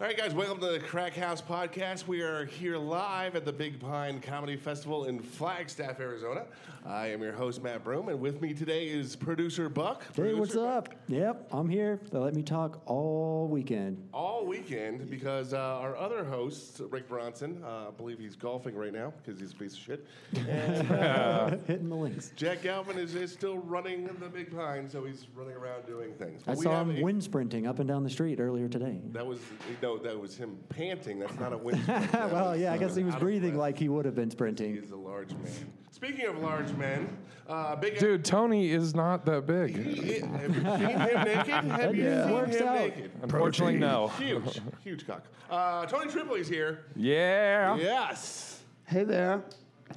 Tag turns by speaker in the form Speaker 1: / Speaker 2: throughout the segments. Speaker 1: All right, guys, welcome to the Crack House Podcast. We are here live at the Big Pine Comedy Festival in Flagstaff, Arizona. I am your host, Matt Broom, and with me today is producer Buck.
Speaker 2: Hey, what's
Speaker 1: Producer
Speaker 2: up? Yep, I'm here. They let me talk all weekend.
Speaker 1: all weekend because uh, our other host, Rick Bronson, uh, I believe he's golfing right now because he's a piece of shit. And
Speaker 2: Hitting the links.
Speaker 1: Jack Galvin is, is still running the Big Pine, so he's running around doing things.
Speaker 2: I
Speaker 1: But we
Speaker 2: saw
Speaker 1: have
Speaker 2: him
Speaker 1: a-
Speaker 2: wind sprinting up and down the street earlier today.
Speaker 1: That was no, that was him panting. That's not a wind. sprint. That
Speaker 2: well,
Speaker 1: was,
Speaker 2: yeah, I guess he
Speaker 1: uh,
Speaker 2: was
Speaker 1: out of
Speaker 2: breathing
Speaker 1: breath.
Speaker 2: like he would have been
Speaker 1: He
Speaker 2: sprinting.
Speaker 1: is a large man. Speaking of large men, uh, big
Speaker 3: Dude, Tony is not that big.
Speaker 1: Have you seen him naked? Have you
Speaker 2: Yeah.
Speaker 1: seen
Speaker 2: Works
Speaker 1: him
Speaker 2: out.
Speaker 1: naked?
Speaker 3: Unfortunately, no.
Speaker 1: Huge, huge cock. Uh, Tony Tripoli's here.
Speaker 3: Yeah.
Speaker 1: Yes.
Speaker 4: Hey there.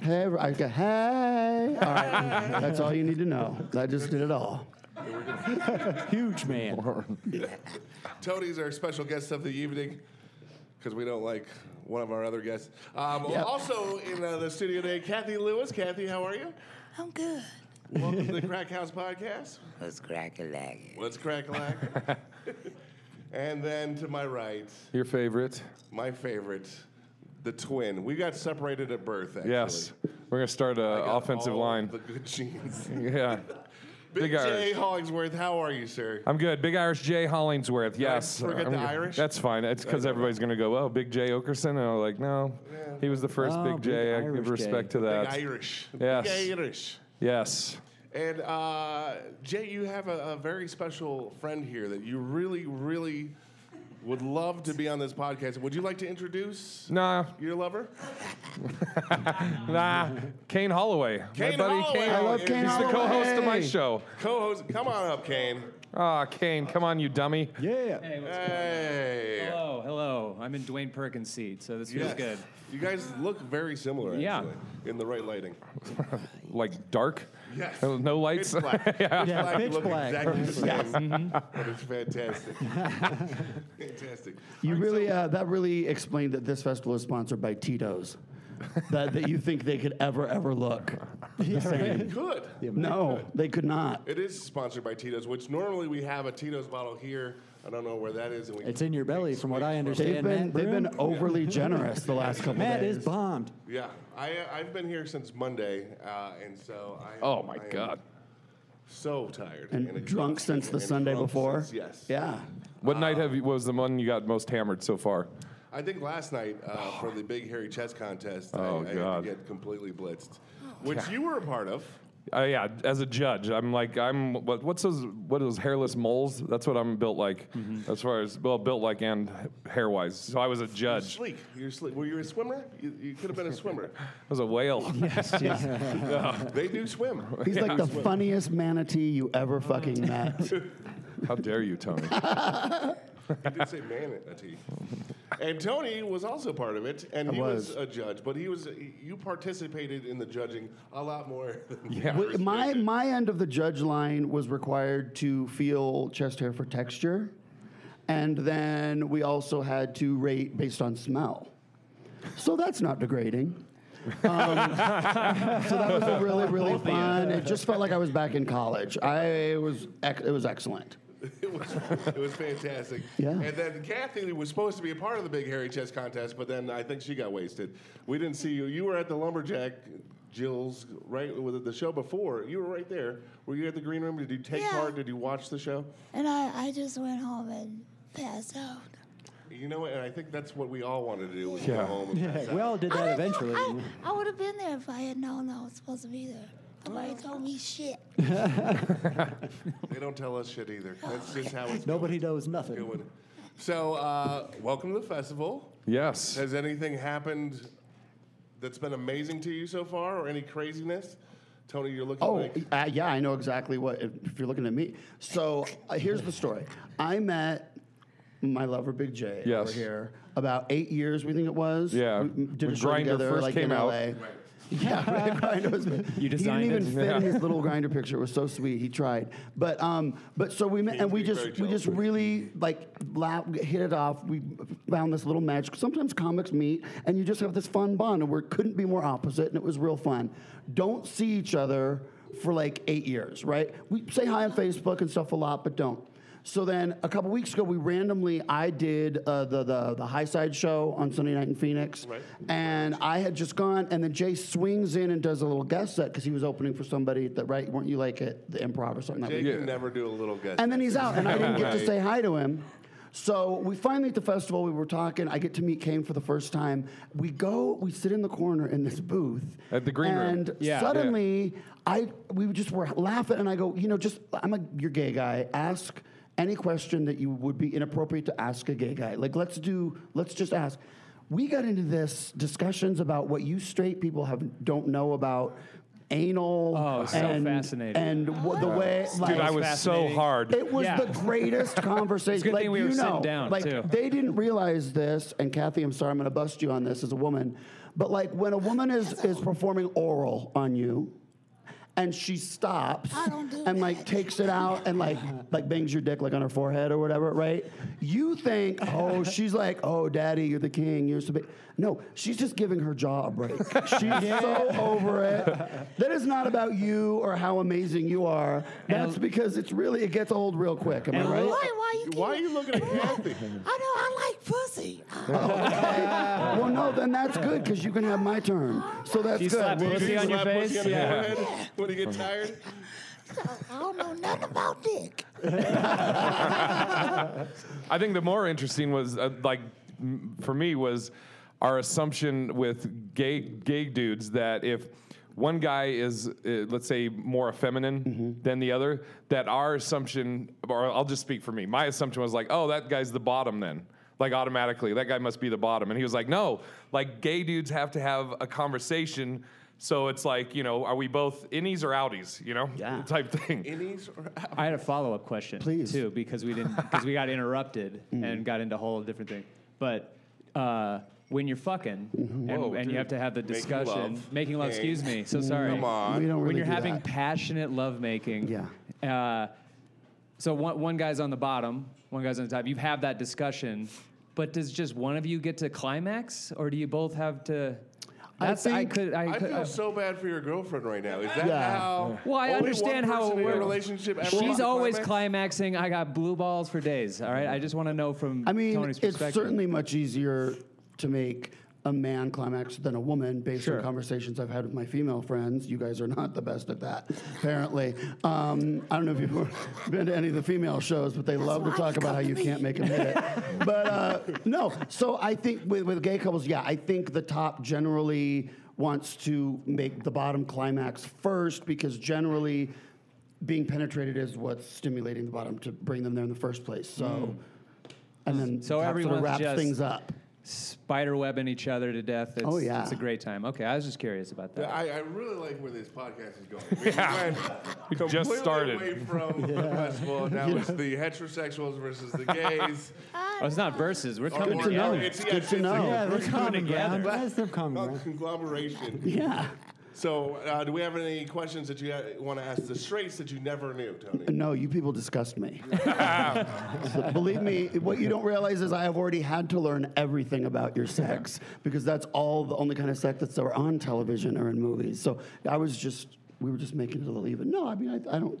Speaker 4: Hey, I go, hey. All right. That's all you need to know. I just did it all.
Speaker 2: Huge man.
Speaker 1: Tony's our special guest of the evening because we don't like one of our other guests. Um, Also in uh, the studio today, Kathy Lewis. Kathy, how are you?
Speaker 5: I'm good.
Speaker 1: Welcome to the Crack House Podcast.
Speaker 5: Let's crack a leg.
Speaker 1: Let's crack a lack. and then to my right,
Speaker 3: Your favorite.
Speaker 1: my favorite, the twin. We got separated at birth, actually.
Speaker 3: Yes. We're going to start an
Speaker 1: Got
Speaker 3: offensive
Speaker 1: all
Speaker 3: line.
Speaker 1: The good genes.
Speaker 3: yeah.
Speaker 1: Big,
Speaker 3: Big
Speaker 1: J
Speaker 3: Irish.
Speaker 1: Hollingsworth, how are you, sir?
Speaker 3: I'm good. Big Irish J. Hollingsworth. Yes.
Speaker 1: forget
Speaker 3: I'm
Speaker 1: the
Speaker 3: good.
Speaker 1: Irish?
Speaker 3: That's fine. It's because everybody's going to go, oh, Big J. Okerson. And I'm like, no. He was the first
Speaker 2: Oh,
Speaker 3: Big
Speaker 2: Big
Speaker 3: J. I
Speaker 2: Irish
Speaker 3: give respect
Speaker 2: J.
Speaker 3: to that.
Speaker 1: Big Irish.
Speaker 3: Yes.
Speaker 1: Big Irish.
Speaker 3: yes.
Speaker 1: And uh, Jay, you have a, a very special friend here that you really, really would love to be on this podcast. Would you like to introduce
Speaker 3: Nah.
Speaker 1: your lover?
Speaker 3: Nah. Kane Holloway.
Speaker 1: Kane
Speaker 3: my buddy
Speaker 1: Holloway.
Speaker 3: Kane
Speaker 1: I love
Speaker 3: He's
Speaker 1: Kane
Speaker 3: the co host of my
Speaker 4: Holloway.
Speaker 3: show.
Speaker 1: Co-host, come on up, Kane.
Speaker 3: Ah, Kane, come on, you dummy.
Speaker 2: Yeah.
Speaker 6: Hey, what's
Speaker 1: Hey.
Speaker 6: Hello, hello. I'm in Dwayne Perkins' seat, so this feels
Speaker 1: Yes.
Speaker 6: good.
Speaker 1: You guys look very similar,
Speaker 6: Yeah.
Speaker 1: actually, in the right lighting.
Speaker 3: Like dark.
Speaker 1: Yes.
Speaker 3: No lights.
Speaker 1: Pitch black.
Speaker 2: Yeah,
Speaker 1: You
Speaker 2: pitch
Speaker 1: look
Speaker 2: black. Mm-hmm.
Speaker 1: Exactly the same. But it's fantastic. fantastic.
Speaker 4: You really, uh, that really explained that this festival is sponsored by Tito's. that, that you think they could ever, ever look the same.
Speaker 1: Good.
Speaker 4: No, they could not.
Speaker 1: It is sponsored by Tito's, which normally we have a Tito's bottle here. I don't know where that is. And we
Speaker 2: It's in your belly, from what I understand.
Speaker 4: They've been,
Speaker 2: Matt,
Speaker 4: they've
Speaker 2: Broom.
Speaker 4: been overly generous the last couple
Speaker 2: Matt
Speaker 4: days.
Speaker 2: is bombed.
Speaker 1: Yeah, I, uh, I've been here since Monday, uh, and so I.
Speaker 3: Oh, my
Speaker 1: I am
Speaker 3: God.
Speaker 1: So tired
Speaker 4: and drunk
Speaker 1: exhausted
Speaker 4: since the
Speaker 1: and
Speaker 4: Sunday
Speaker 1: drunk
Speaker 4: before.
Speaker 1: since- yes.
Speaker 4: Yeah.
Speaker 3: What night
Speaker 1: um,
Speaker 3: have you, was the one you got most hammered so far?
Speaker 1: I think last night uh, for the big hairy chess contest,
Speaker 3: Oh,
Speaker 1: I, I had
Speaker 3: God.
Speaker 1: to get completely blitzed, which you were a part of.
Speaker 3: Uh, yeah, as a judge, I'm like I'm what, what's those what are those hairless moles? That's what I'm built like,
Speaker 1: Mm-hmm.
Speaker 3: as far as well built like and hair wise. So I was a judge.
Speaker 1: Sleek. You're sleek. Were you a swimmer? You, you could have been a swimmer.
Speaker 3: I was a whale.
Speaker 1: they do swim.
Speaker 4: He's like the funniest manatee you ever fucking met.
Speaker 3: How dare you, Tony?
Speaker 1: I did say manatee. And Tony was also part of it, and he was.
Speaker 4: was.
Speaker 1: a judge, but he was you participated in the judging a lot more. Than
Speaker 3: Yeah.
Speaker 4: Wait, my my end of the judge line was required to feel chest hair for texture, and then we also had to rate based on smell. So that's not degrading. Um, so that was really really fun. It just felt like I was back in college. I was ec- it was excellent.
Speaker 1: it was it was fantastic.
Speaker 4: Yeah.
Speaker 1: And then Kathy was supposed to be a part of the big hairy chess contest, but then I think she got wasted. We didn't see you. You were at the lumberjack Jill's right with the show before. You were right there. Were you at the green room? Did you take
Speaker 5: Yeah.
Speaker 1: part? Did you watch the show?
Speaker 5: And I, I just went home and passed out.
Speaker 1: You know, what, and I think that's what we all wanted to do was go
Speaker 3: Yeah.
Speaker 1: home. And pass
Speaker 2: Yeah,
Speaker 1: out.
Speaker 2: we all did that
Speaker 5: I don't
Speaker 2: eventually.
Speaker 5: know. I, I would have been there if I had known I was supposed to be there. Nobody told me shit.
Speaker 1: They don't tell us shit either. That's just how it's
Speaker 2: Nobody knows
Speaker 1: Good
Speaker 2: nothing.
Speaker 1: one. So, uh, welcome to the festival.
Speaker 3: yes.
Speaker 1: Has anything happened that's been amazing to you so far, or any craziness? Tony, you're looking.
Speaker 4: Oh,
Speaker 1: like,
Speaker 4: uh, yeah, I know exactly what. If, if you're looking at me, so uh, here's the story. I met my lover, Big J, over
Speaker 3: Yes.
Speaker 4: here about eight years. We think it was.
Speaker 3: Yeah,
Speaker 4: we m- did
Speaker 3: when
Speaker 4: a show
Speaker 3: Grindr
Speaker 4: together,
Speaker 3: first
Speaker 4: like
Speaker 3: came
Speaker 4: in
Speaker 3: out.
Speaker 4: LA. Yeah, when Grindr was. You
Speaker 6: designed
Speaker 4: He didn't even
Speaker 6: it?
Speaker 4: fit in his little grinder picture. It was so sweet. He tried, but um, but so we met,
Speaker 1: Seems
Speaker 4: and we
Speaker 1: to be
Speaker 4: just
Speaker 1: very
Speaker 4: we just
Speaker 1: jealous.
Speaker 4: really like la- hit it off. We found this little match. Sometimes comics meet, and you just have this fun bond, and we couldn't be more opposite, and it was real fun. Don't see each other for like eight years, right? We say hi on Facebook and stuff a lot, but don't. So then a couple weeks ago, we randomly I did uh, the, the the High Side show on Sunday night in Phoenix,
Speaker 1: Right.
Speaker 4: and I had just gone, and then Jay swings in and does a little guest set because he was opening for somebody that right weren't you like at the Improv or something? that
Speaker 1: Jake
Speaker 4: week?
Speaker 1: can never do a little guest.
Speaker 4: And then he's out, and I didn't get to
Speaker 1: Right.
Speaker 4: say hi to him. So we finally at the festival, we were talking. I get to meet Kane for the first time. We go, we sit in the corner in this booth
Speaker 3: At the green room.
Speaker 4: and
Speaker 6: Yeah.
Speaker 4: suddenly, I we just were laughing, and I go, you know, just I'm a you're a gay guy. Ask any question that you would be inappropriate to ask a gay guy. Like let's do, let's just ask. We got into this discussions about what you straight people have don't know about anal.
Speaker 6: Oh, so
Speaker 4: and,
Speaker 6: fascinating.
Speaker 4: And what, the way, like,
Speaker 3: Dude, I was so
Speaker 6: fascinating.
Speaker 3: hard.
Speaker 4: it was
Speaker 6: Yeah.
Speaker 4: the greatest conversation.
Speaker 6: It's a good
Speaker 4: like
Speaker 6: thing we
Speaker 4: you
Speaker 6: were
Speaker 4: know,
Speaker 6: sitting down,
Speaker 4: like
Speaker 6: too.
Speaker 4: they didn't realize this. And Kathy, I'm sorry, I'm going to bust you on this as a woman, but like when a woman is is performing oral on you, and she stops
Speaker 5: I don't do
Speaker 4: and like
Speaker 5: that.
Speaker 4: takes it out and like like bangs your dick like on her forehead or whatever, right? You think, oh, she's like, oh, daddy, you're the king, you're so big. No, she's just giving her jaw a break. She's so over it. That is not about you or how amazing you are. That's because it's really it gets old real quick. Am I
Speaker 6: And a
Speaker 5: Why?
Speaker 4: right?
Speaker 5: Why you?
Speaker 1: Why are you
Speaker 5: keep-
Speaker 1: looking at Kathy?
Speaker 5: I know I like pussy.
Speaker 4: well, no, then that's good because you can have my turn. So that's
Speaker 6: She
Speaker 4: good.
Speaker 6: slapped
Speaker 4: Well,
Speaker 6: pussy
Speaker 1: You
Speaker 6: on your
Speaker 1: slap pussy
Speaker 6: face?
Speaker 1: on the
Speaker 3: Yeah.
Speaker 1: forehead When you get tired,
Speaker 5: I don't know nothing about dick.
Speaker 3: I think the more interesting was uh, like m- for me was our assumption with gay gay dudes that if one guy is uh, let's say more effeminate than the other that our assumption or I'll just speak for me my assumption was like oh that guy's the bottom then like automatically that guy must be the bottom and he was like no like gay dudes have to have a conversation so it's like you know are we both innies or outies you know
Speaker 4: Yeah.
Speaker 3: type thing
Speaker 1: innies or out?
Speaker 6: I had a follow up question,
Speaker 4: Please. Mm-hmm.
Speaker 6: too, because we didn't because we got interrupted and got into a whole different thing. But uh, when you're fucking
Speaker 4: Mm-hmm.
Speaker 6: and,
Speaker 3: Whoa,
Speaker 6: and
Speaker 3: dude.
Speaker 6: you have to have the
Speaker 1: Making
Speaker 6: discussion,
Speaker 1: love.
Speaker 6: making love,
Speaker 1: Hey.
Speaker 6: excuse me, so sorry.
Speaker 1: Come on.
Speaker 4: we don't really
Speaker 6: when you're
Speaker 4: do
Speaker 6: having
Speaker 4: that.
Speaker 6: passionate lovemaking,
Speaker 4: Yeah.
Speaker 6: Uh, so one one guy's on the bottom, one guy's on the top. You have that discussion, but does just one of you get to climax, or do you both have to?
Speaker 4: I
Speaker 6: That's I,
Speaker 4: think-
Speaker 6: could I,
Speaker 1: I
Speaker 6: could. uh,
Speaker 1: feel so bad for your girlfriend right now. Is that
Speaker 4: Yeah.
Speaker 1: how?
Speaker 6: Well, I
Speaker 1: only
Speaker 6: understand
Speaker 1: one
Speaker 6: how it
Speaker 1: person in a
Speaker 6: works.
Speaker 1: relationship. ever
Speaker 6: She's
Speaker 1: wants to
Speaker 6: always
Speaker 1: climax?
Speaker 6: climaxing. I got blue balls for days. All right, I just want to know from
Speaker 4: I mean,
Speaker 6: Mm. Tony's
Speaker 4: it's
Speaker 6: perspective.
Speaker 4: certainly much easier to make a man climax than a woman based
Speaker 6: Sure.
Speaker 4: on conversations I've had with my female friends. You guys are not the best at that, apparently. Um, I don't know if you've been to any of the female shows, but they love to
Speaker 5: why
Speaker 4: talk
Speaker 5: you
Speaker 4: about
Speaker 5: come
Speaker 4: how
Speaker 5: to
Speaker 4: you
Speaker 5: me.
Speaker 4: can't make a minute. but uh, no, so I think with, with gay couples, yeah, I think the top generally wants to make the bottom climax first because generally being penetrated is what's stimulating the bottom to bring them there in the first place. So. And then
Speaker 6: So
Speaker 4: top sort
Speaker 6: everyone's
Speaker 4: of wraps
Speaker 6: just-
Speaker 4: things up.
Speaker 6: spider webbing each other to death. It's,
Speaker 4: Oh, yeah.
Speaker 6: it's a great time. Okay, I was just curious about that.
Speaker 1: I, I really like where this podcast is going. We went
Speaker 3: We just
Speaker 1: completely
Speaker 3: started.
Speaker 1: away from the festival. Now it's the heterosexuals versus the gays. Uh,
Speaker 6: oh, it's not verses. We're coming
Speaker 1: Or- or
Speaker 6: together.
Speaker 1: It's, yeah,
Speaker 4: good
Speaker 1: it's-
Speaker 4: to
Speaker 1: it's
Speaker 4: know.
Speaker 2: Yeah,
Speaker 6: we're
Speaker 2: they're
Speaker 6: coming
Speaker 2: common
Speaker 6: together.
Speaker 2: ground. That's their common
Speaker 1: a
Speaker 2: ground.
Speaker 1: conglomeration.
Speaker 4: Yeah.
Speaker 1: So, uh, do we have any questions that you want to ask the straights that you never knew, Tony?
Speaker 4: No, you people disgust me. So believe me, what you don't realize is I have already had to learn everything about your sex because that's all the only kind of sex that's ever on television or in movies. So I was just, we were just making it a little even. No, I mean, I, I don't,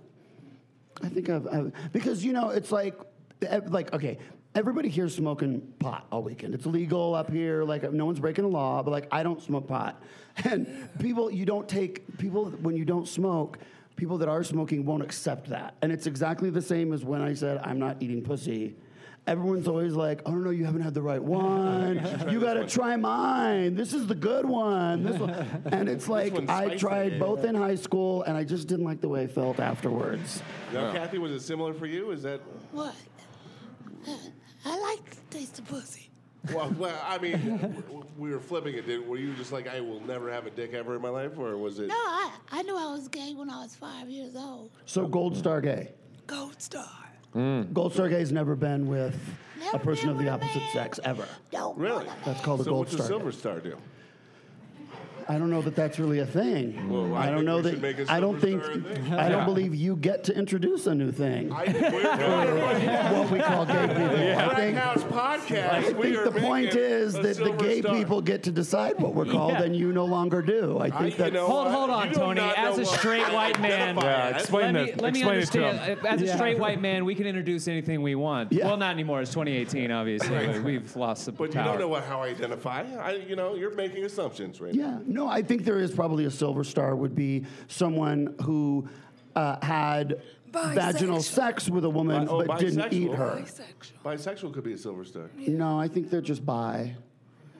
Speaker 4: I think I've, I've, because you know, it's like, eh, like, okay. Everybody here smoking pot all weekend. It's legal up here. Like no one's breaking the law, but like I don't smoke pot. And people, you don't take people when you don't smoke. People that are smoking won't accept that. And it's exactly the same as when I said I'm not eating pussy. Everyone's always like, "Oh no, you haven't had the right one. you got to try mine. This is the good one." This one. And it's like
Speaker 1: one's
Speaker 4: I
Speaker 1: spicy.
Speaker 4: tried both in high school, and I just didn't like the way I felt afterwards.
Speaker 1: Now, Kathy, was it similar for you? Is that
Speaker 5: What? I like to taste the pussy.
Speaker 1: well? well I mean, w- w- we were flipping it. Did were you just like, I will never have a dick ever in my life, or was it?
Speaker 5: No, I, I knew I was gay when I was five years old.
Speaker 4: So Gold Star Gay.
Speaker 5: Gold star.
Speaker 4: Gold Star Gay's never been with
Speaker 5: Never
Speaker 4: a person
Speaker 5: been
Speaker 4: of the
Speaker 5: with a
Speaker 4: opposite
Speaker 5: man.
Speaker 4: sex ever.
Speaker 5: Don't
Speaker 1: Really?
Speaker 5: wanna-
Speaker 4: That's called a
Speaker 1: so
Speaker 4: Gold
Speaker 1: what's
Speaker 4: Star.
Speaker 1: a
Speaker 4: Gay.
Speaker 1: silver star do?
Speaker 4: I don't know that that's really a thing.
Speaker 1: Well, I
Speaker 4: I, don't
Speaker 1: think
Speaker 4: know
Speaker 1: we should
Speaker 4: that.
Speaker 1: make a
Speaker 4: I don't think.
Speaker 1: superstar a thing.
Speaker 4: I don't
Speaker 3: Yeah.
Speaker 4: believe you get to introduce a new thing.
Speaker 1: I think we're doing it
Speaker 4: what we call gay people.
Speaker 1: right.
Speaker 4: I
Speaker 1: Black
Speaker 4: think,
Speaker 1: House podcast.
Speaker 4: I think
Speaker 1: we are
Speaker 4: the point
Speaker 1: making
Speaker 4: is
Speaker 1: a
Speaker 4: that the
Speaker 1: silver
Speaker 4: gay
Speaker 1: star.
Speaker 4: people get to decide what we're called, and you no longer do. I
Speaker 1: I-
Speaker 4: think
Speaker 1: you
Speaker 4: that's
Speaker 1: know
Speaker 6: Hold-
Speaker 1: what?
Speaker 6: hold on,
Speaker 1: You do
Speaker 6: Tony.
Speaker 1: not
Speaker 6: As
Speaker 1: know
Speaker 6: a
Speaker 1: what
Speaker 6: straight
Speaker 1: I
Speaker 6: white man-
Speaker 1: identify
Speaker 3: Yeah,
Speaker 1: as.
Speaker 3: explain
Speaker 6: Let
Speaker 3: that.
Speaker 6: me, let
Speaker 3: explain
Speaker 6: me
Speaker 3: it to
Speaker 6: understand.
Speaker 3: 'em.
Speaker 6: uh, As a
Speaker 2: Yeah.
Speaker 6: straight white man, we can introduce anything we want.
Speaker 4: Yeah.
Speaker 6: Well, not anymore. It's 2018, obviously. but We've lost the
Speaker 1: But you
Speaker 6: power.
Speaker 1: don't know what, how I identify. I, you know, you're making assumptions right now.
Speaker 4: Yeah, no, I think there is probably a silver star would be someone who uh, had vaginal
Speaker 5: Bisexual.
Speaker 4: sex with a woman
Speaker 1: Bi- oh,
Speaker 4: but didn't eat
Speaker 1: bisexual.
Speaker 4: her.
Speaker 5: Bisexual.
Speaker 1: Bisexual could be a silver star.
Speaker 4: No, I think they're just bi.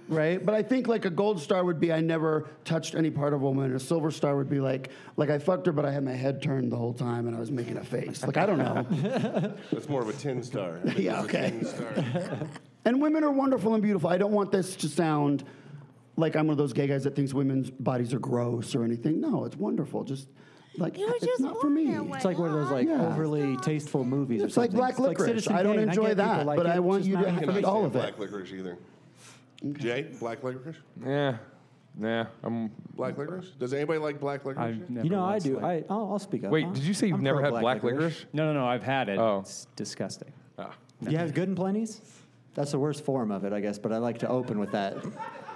Speaker 4: Right, but I think like a gold star would be I never touched any part of a woman. A silver star would be like like I fucked her, but I had my head turned the whole time and I was making a face. Like I don't know.
Speaker 1: That's more of a tin star. I think
Speaker 4: Yeah,
Speaker 1: it's a
Speaker 4: okay.
Speaker 1: tin star.
Speaker 4: And women are wonderful and beautiful. I don't want this to sound like I'm one of those gay guys that thinks women's bodies are gross or anything. No, it's wonderful. Just like
Speaker 5: You were
Speaker 4: it's
Speaker 5: just
Speaker 4: not for
Speaker 5: born
Speaker 4: me.
Speaker 5: that way.
Speaker 2: It's like one of those like
Speaker 4: Yeah.
Speaker 2: overly tasteful movies. or
Speaker 4: It's like
Speaker 2: something.
Speaker 4: black licorice.
Speaker 2: Citizen
Speaker 4: I don't
Speaker 2: Kane.
Speaker 4: enjoy
Speaker 2: get people
Speaker 4: that, but
Speaker 2: it.
Speaker 4: I
Speaker 2: It's
Speaker 4: want
Speaker 2: just
Speaker 4: you to
Speaker 2: not
Speaker 4: have-
Speaker 2: my
Speaker 1: Can I
Speaker 4: eat all of
Speaker 1: stand
Speaker 4: it.
Speaker 1: Black licorice either. Jay, black licorice?
Speaker 3: Yeah, yeah. um, I'm.
Speaker 1: Black licorice? Does anybody like black licorice?
Speaker 6: I've never
Speaker 2: You know, I
Speaker 6: once
Speaker 2: do.
Speaker 6: liked-
Speaker 2: I, I'll, I'll speak up.
Speaker 3: Wait,
Speaker 2: I'll-
Speaker 3: did you say you've
Speaker 2: I'm
Speaker 3: never
Speaker 2: pro
Speaker 3: had black licorice?
Speaker 6: no, no, no. I've had it.
Speaker 3: Oh.
Speaker 6: It's disgusting.
Speaker 3: Ah.
Speaker 2: You have good and plenties? That's the worst form of it, I guess, but I like to open with that.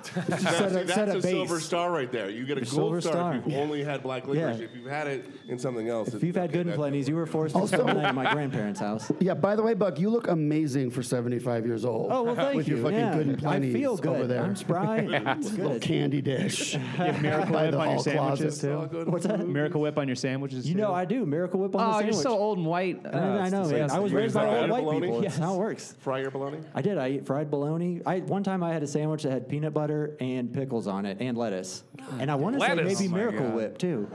Speaker 2: Just
Speaker 1: Now,
Speaker 2: set
Speaker 1: see,
Speaker 2: a,
Speaker 1: that's
Speaker 2: set a
Speaker 1: a silver
Speaker 2: base.
Speaker 1: star right there. You get a gold
Speaker 2: silver
Speaker 1: star,
Speaker 2: star.
Speaker 1: if you've only had black licorice.
Speaker 2: Yeah.
Speaker 1: If you've had it in something else,
Speaker 2: If you've had good and plenties, you were forced to
Speaker 4: Also-
Speaker 2: spend the night at my grandparents' house.
Speaker 4: Yeah. By the way, Buck, you look amazing for 75 years old.
Speaker 2: Oh, well, thank
Speaker 4: with
Speaker 2: you.
Speaker 4: your fucking
Speaker 2: yeah.
Speaker 4: good and plenty
Speaker 2: I feel good.
Speaker 4: over there.
Speaker 2: I'm spry. and it's
Speaker 4: Little
Speaker 2: good.
Speaker 4: candy dish.
Speaker 6: Miracle
Speaker 4: By
Speaker 6: Whip
Speaker 4: the
Speaker 6: on your
Speaker 4: hall
Speaker 6: sandwiches,
Speaker 4: closet.
Speaker 6: too.
Speaker 2: What's that?
Speaker 6: Miracle Whip on your sandwiches,
Speaker 2: You
Speaker 6: too.
Speaker 2: know I do. Miracle Whip on
Speaker 6: Oh,
Speaker 2: the
Speaker 6: you're
Speaker 2: sandwich.
Speaker 6: so old and white. Oh,
Speaker 2: I, know- I know, man. I was
Speaker 3: Wait,
Speaker 2: raised
Speaker 3: is
Speaker 2: by
Speaker 3: that
Speaker 2: old
Speaker 3: added
Speaker 2: white
Speaker 1: bologna?
Speaker 2: people.
Speaker 1: Yes.
Speaker 2: That's how it works.
Speaker 1: Fry your bologna?
Speaker 2: I did. I ate fried bologna. I one time I had a sandwich that had peanut butter and pickles on it and lettuce, and I want to say
Speaker 3: Lettuce?
Speaker 2: maybe
Speaker 3: Oh my
Speaker 2: Miracle
Speaker 3: God.
Speaker 2: Whip too.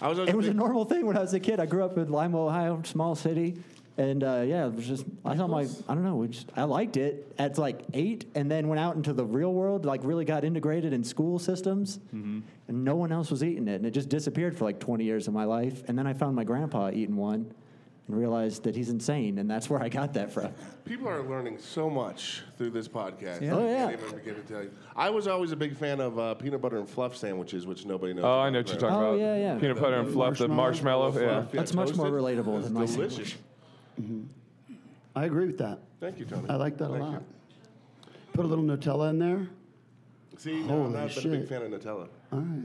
Speaker 1: I was, always
Speaker 2: It was a
Speaker 1: big-
Speaker 2: normal thing when I was a kid. I grew up in Lima, Ohio, small city, and uh, yeah, it was just I saw my I don't know. We just, I liked it at like eight, and then went out into the real world. Like really got integrated in school systems, and no one else was eating it, and it just disappeared for like twenty years of my life. And then I found my grandpa eating one. And realized that he's insane, and that's where I got that from.
Speaker 1: People are learning so much through this podcast.
Speaker 2: Yeah. Oh, yeah.
Speaker 1: I can't even begin to tell you. I was always a big fan of uh, peanut butter and fluff sandwiches, which nobody knows.
Speaker 3: Oh, I
Speaker 1: about,
Speaker 3: know what you're
Speaker 1: right?
Speaker 3: talking
Speaker 2: Oh,
Speaker 3: about.
Speaker 2: yeah, yeah.
Speaker 3: Peanut butter and fluff, the
Speaker 1: Marshmallow
Speaker 3: marshmallow. Yeah.
Speaker 1: fluff, yeah,
Speaker 2: That's much more
Speaker 1: toasted.
Speaker 2: relatable
Speaker 1: It's
Speaker 2: than my
Speaker 1: delicious.
Speaker 4: I agree with that.
Speaker 1: Thank you, Tony.
Speaker 4: I like that a
Speaker 1: Thank
Speaker 4: lot. Put a little Nutella in there.
Speaker 1: you. See, no, I'm
Speaker 4: Holy
Speaker 1: not a big
Speaker 4: shit.
Speaker 1: fan of Nutella.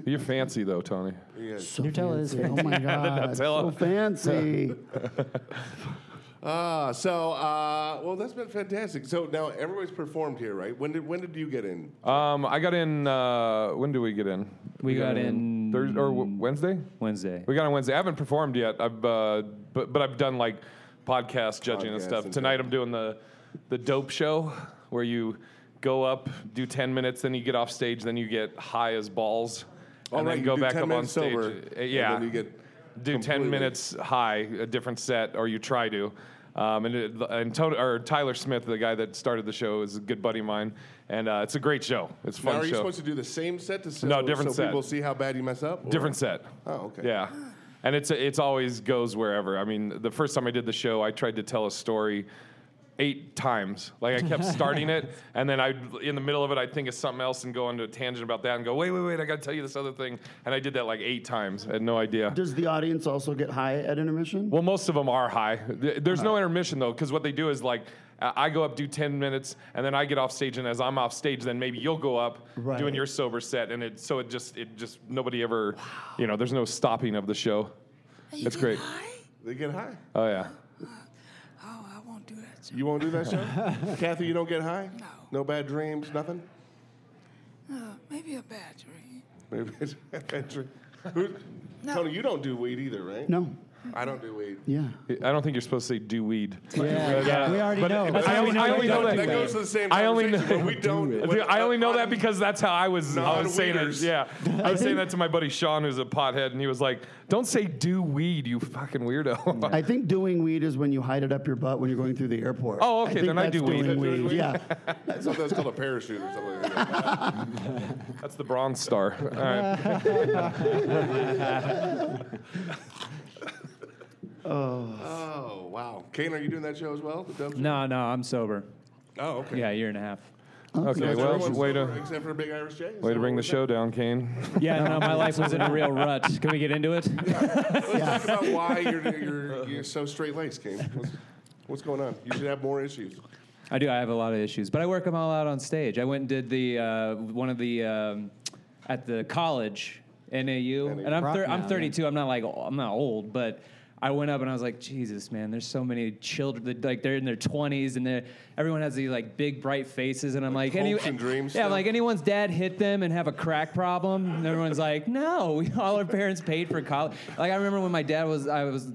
Speaker 3: You're fancy though, Tony.
Speaker 1: Yeah.
Speaker 4: So
Speaker 2: Nutella is
Speaker 4: fancy. Oh my god, so
Speaker 3: Nutella.
Speaker 4: fancy.
Speaker 1: Ah, so uh, well, that's been fantastic. So now everybody's performed here, right? When did when did you get in?
Speaker 3: Um, I got in. Uh, when do we get in?
Speaker 6: We got in-
Speaker 3: Thursday or w- Wednesday.
Speaker 6: Wednesday.
Speaker 3: We got on Wednesday. I haven't performed yet. I've uh, but but I've done like podcast judging and
Speaker 1: Podcasts
Speaker 3: stuff.
Speaker 1: and
Speaker 3: Tonight
Speaker 1: dope.
Speaker 3: I'm doing the the dope show where you go up, do ten minutes, then you get off stage, then you get high as balls,
Speaker 1: All
Speaker 3: and
Speaker 1: Oh, right,
Speaker 3: then
Speaker 1: you
Speaker 3: go
Speaker 1: do
Speaker 3: back
Speaker 1: 10
Speaker 3: up on
Speaker 1: minutes
Speaker 3: stage.
Speaker 1: sober,
Speaker 3: Uh,
Speaker 1: and
Speaker 3: yeah,
Speaker 1: then you get
Speaker 3: do ten
Speaker 1: completely-
Speaker 3: minutes high, a different set, or you try to. Um, and it, and Tony, or Tyler Smith, the guy that started the show, is a good buddy of mine, and uh, it's a great show. It's a fun
Speaker 1: Now, are you
Speaker 3: show.
Speaker 1: supposed to do the same set to so,
Speaker 3: No, different
Speaker 1: so
Speaker 3: set.
Speaker 1: people see how bad you mess up? or-
Speaker 3: Different set.
Speaker 1: Oh, okay.
Speaker 3: Yeah. And it's it's always goes wherever. I mean, the first time I did the show, I tried to tell a story eight times. Like I kept starting it, and then I in the middle of it, I'd think of something else and go into a tangent about that, and go, wait, wait, wait, I got to tell you this other thing. And I did that like eight times. I had no idea.
Speaker 4: Does the audience also get high at intermission?
Speaker 3: Well, most of them are high. Th- There's no intermission though, because what they do is like I I go up, do 10 minutes, and then I get off stage, and as I'm off stage, then maybe you'll go up
Speaker 4: Right.
Speaker 3: doing your sober set, and it so it just it just nobody ever, you know, there's no stopping of the show.
Speaker 5: Are you
Speaker 3: That's
Speaker 5: getting
Speaker 3: great.
Speaker 5: high?
Speaker 1: They get high.
Speaker 3: Oh yeah,
Speaker 5: Oh, I won't do that. Joe.
Speaker 1: You won't do that show, Kathy. You don't get high.
Speaker 5: No.
Speaker 1: No bad dreams. Nothing.
Speaker 5: No, maybe a bad dream.
Speaker 1: Maybe it's a bad dream. Who,
Speaker 5: No.
Speaker 1: Tony, you don't do weed either, right?
Speaker 4: no.
Speaker 1: I don't do weed.
Speaker 4: Yeah.
Speaker 3: I don't think you're supposed to say do weed.
Speaker 2: Yeah,
Speaker 3: yeah.
Speaker 2: we already
Speaker 3: But-
Speaker 2: know.
Speaker 3: but
Speaker 2: We
Speaker 3: I
Speaker 2: already
Speaker 3: only- I
Speaker 2: know
Speaker 3: only
Speaker 2: you
Speaker 3: know
Speaker 2: don't
Speaker 3: that-
Speaker 2: do
Speaker 1: That goes to the same.
Speaker 3: I only know-
Speaker 1: conversation, but we don't.
Speaker 3: Dude, I only know that because that's how I was. I was saying it.
Speaker 1: Non-weeders.
Speaker 3: Yeah, I was saying that to my buddy Sean, who's a pothead, and he was like, "Don't say do weed, you fucking weirdo."
Speaker 4: Mm. I think doing weed is when you hide it up your butt when you're going through the airport.
Speaker 3: Oh, okay,
Speaker 4: I think
Speaker 3: then I
Speaker 4: that's
Speaker 3: do weed.
Speaker 4: doing
Speaker 1: Doing weed?
Speaker 4: Yeah.
Speaker 1: Something that's called a parachute or something. Like that.
Speaker 3: That's the Bronze Star. All right.
Speaker 1: Oh wow, Kane, are you doing that show as well? The dub show?
Speaker 6: No, no, I'm sober.
Speaker 1: Oh okay.
Speaker 6: Yeah, a year and a half.
Speaker 3: Okay, well,
Speaker 1: Everyone's
Speaker 3: way to
Speaker 1: sober except for Big Irish Jay.
Speaker 3: way to bring the show down, Kane.
Speaker 6: Yeah, no, my life was in a real rut. Can we get into it?
Speaker 1: Let's talk about why you're you're, you're so straight laced, King. What's, what's going on? You should have more issues.
Speaker 6: I do. I have a lot of issues, but I work them all out on stage. I went and did the uh, one of the um, at the college NAU, and I'm
Speaker 2: Rock
Speaker 6: thir- I'm
Speaker 2: now,
Speaker 6: 32. I'm not like I'm not old, but I went up and I was like, Jesus, man, there's so many children that like they're in their 20s and they everyone has these like big bright faces, and I'm like,
Speaker 1: hopes and dreams
Speaker 6: yeah, I'm
Speaker 1: stuff.
Speaker 6: like anyone's dad hit them and have a crack problem, and everyone's like, no, we all our parents paid for college. Like I remember when my dad was I was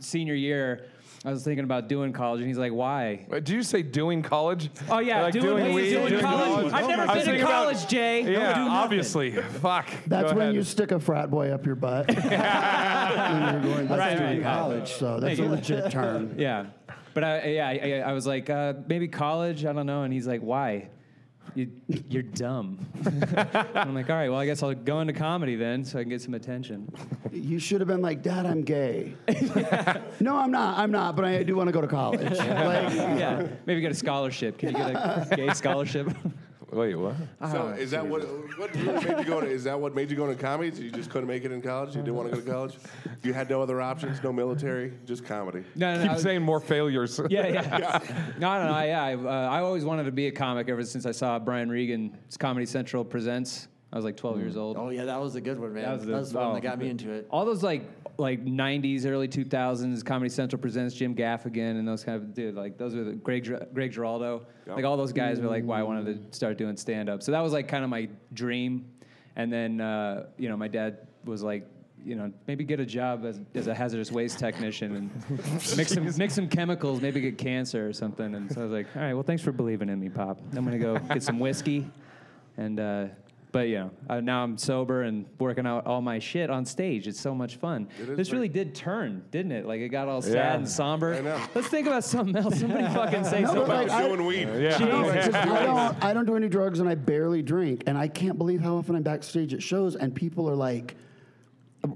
Speaker 6: senior year. I was thinking about doing college, and he's like, "Why?"
Speaker 3: Wait, Did you say doing college?
Speaker 6: Oh yeah,
Speaker 3: Like
Speaker 6: doing, weed, doing, college. I've
Speaker 3: I
Speaker 6: never
Speaker 3: was
Speaker 6: been in
Speaker 3: thinking about-
Speaker 6: college, Jay.
Speaker 3: Yeah,
Speaker 6: Don't do nothing.
Speaker 3: obviously. Fuck.
Speaker 4: That's
Speaker 3: Go
Speaker 4: when
Speaker 3: ahead.
Speaker 4: you stick a frat boy up your butt. when you're going
Speaker 6: Right,
Speaker 4: back to
Speaker 6: right.
Speaker 4: college, so that's a legit term.
Speaker 6: Yeah, but I yeah I, I- I was like uh, maybe college. I don't know, and he's like, "Why?" You, you're dumb. I'm like, all right, well, I guess I'll go into comedy then, so I can get some attention.
Speaker 4: You should have been like, Dad, I'm gay. no, I'm not. I'm not, but I do want to go to college. Like,
Speaker 6: Yeah, maybe get a scholarship. Can you get a gay scholarship?
Speaker 3: Wait, what?
Speaker 1: So
Speaker 2: Oh,
Speaker 1: is that what what really made you go to? Is that what made you go to comedy? So You just couldn't make it in college. You didn't want to go to college. You had no other options. No military. Just comedy.
Speaker 6: No, no, no, I
Speaker 3: Keep
Speaker 6: was-
Speaker 3: saying more failures.
Speaker 6: Yeah, yeah. no, no, no. Yeah, I, uh, I always wanted to be a comic ever since I saw Brian Regan's Comedy Central Presents. I was like 12 years old.
Speaker 2: Oh yeah, that was a good one, man.
Speaker 6: That
Speaker 2: That
Speaker 6: was
Speaker 2: was
Speaker 6: the-
Speaker 2: the, one
Speaker 6: oh.
Speaker 2: that got me into it.
Speaker 6: all those like like 90s early 2000s comedy central presents jim gaffigan and those kind of dude like those were the greg Gir- greg giraldo like all those guys were like why i wanted to start doing stand up so that was like kind of my dream and then uh, you know my dad was like you know, maybe get a job as, as a hazardous waste technician and mix some mix some chemicals. Maybe get cancer or something. And so I was like, all right, well, thanks for believing in me, Pop. I'm gonna go get some whiskey, and uh, but you know, uh, now I'm sober and working out all my shit on stage. It's so much fun.
Speaker 1: is
Speaker 6: This really did turn, didn't it? Like it got all sad
Speaker 3: Yeah.
Speaker 6: and somber.
Speaker 1: I know.
Speaker 6: Let's think about something else. Somebody fucking say
Speaker 4: No,
Speaker 6: something.
Speaker 4: but
Speaker 1: About
Speaker 4: like, I-
Speaker 1: doing weed.
Speaker 4: I
Speaker 3: Yeah.
Speaker 4: don't, 'cause I, don't, I don't do any drugs and I barely drink. And I can't believe how often I'm backstage at shows and people are like,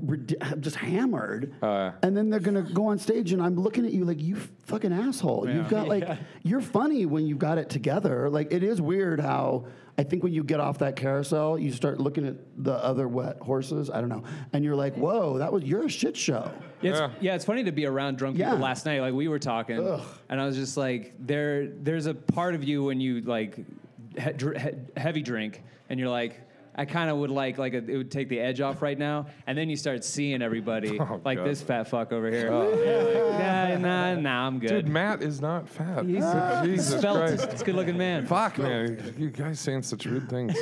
Speaker 4: rid- just hammered. and then they're going to go on stage and I'm looking at you like, you fucking asshole. You've got like, you're funny when you've got it together. Like, it is weird how I think when you get off that carousel, you start looking at the other wet horses. I don't know. And you're like, whoa, that was, you're a shit show.
Speaker 6: It's, yeah.
Speaker 3: Yeah.
Speaker 6: it's funny to be around drunk
Speaker 4: Yeah.
Speaker 6: people last night. Like we were talking,
Speaker 4: Ugh.
Speaker 6: and I was just like, there, there's a part of you when you like he, dr- he- heavy drink, and you're like. I kind of would like like a, it would take the edge off right now, and then you start seeing everybody
Speaker 3: Oh,
Speaker 6: like
Speaker 3: God.
Speaker 6: this fat fuck over here. Yeah, like, nah, nah, nah, I'm good.
Speaker 3: Dude, Matt is not fat.
Speaker 6: He's
Speaker 3: Jesus
Speaker 6: svelte.
Speaker 3: Christ.
Speaker 6: It's a good looking man.
Speaker 3: Fuck, man. You guys saying such rude things.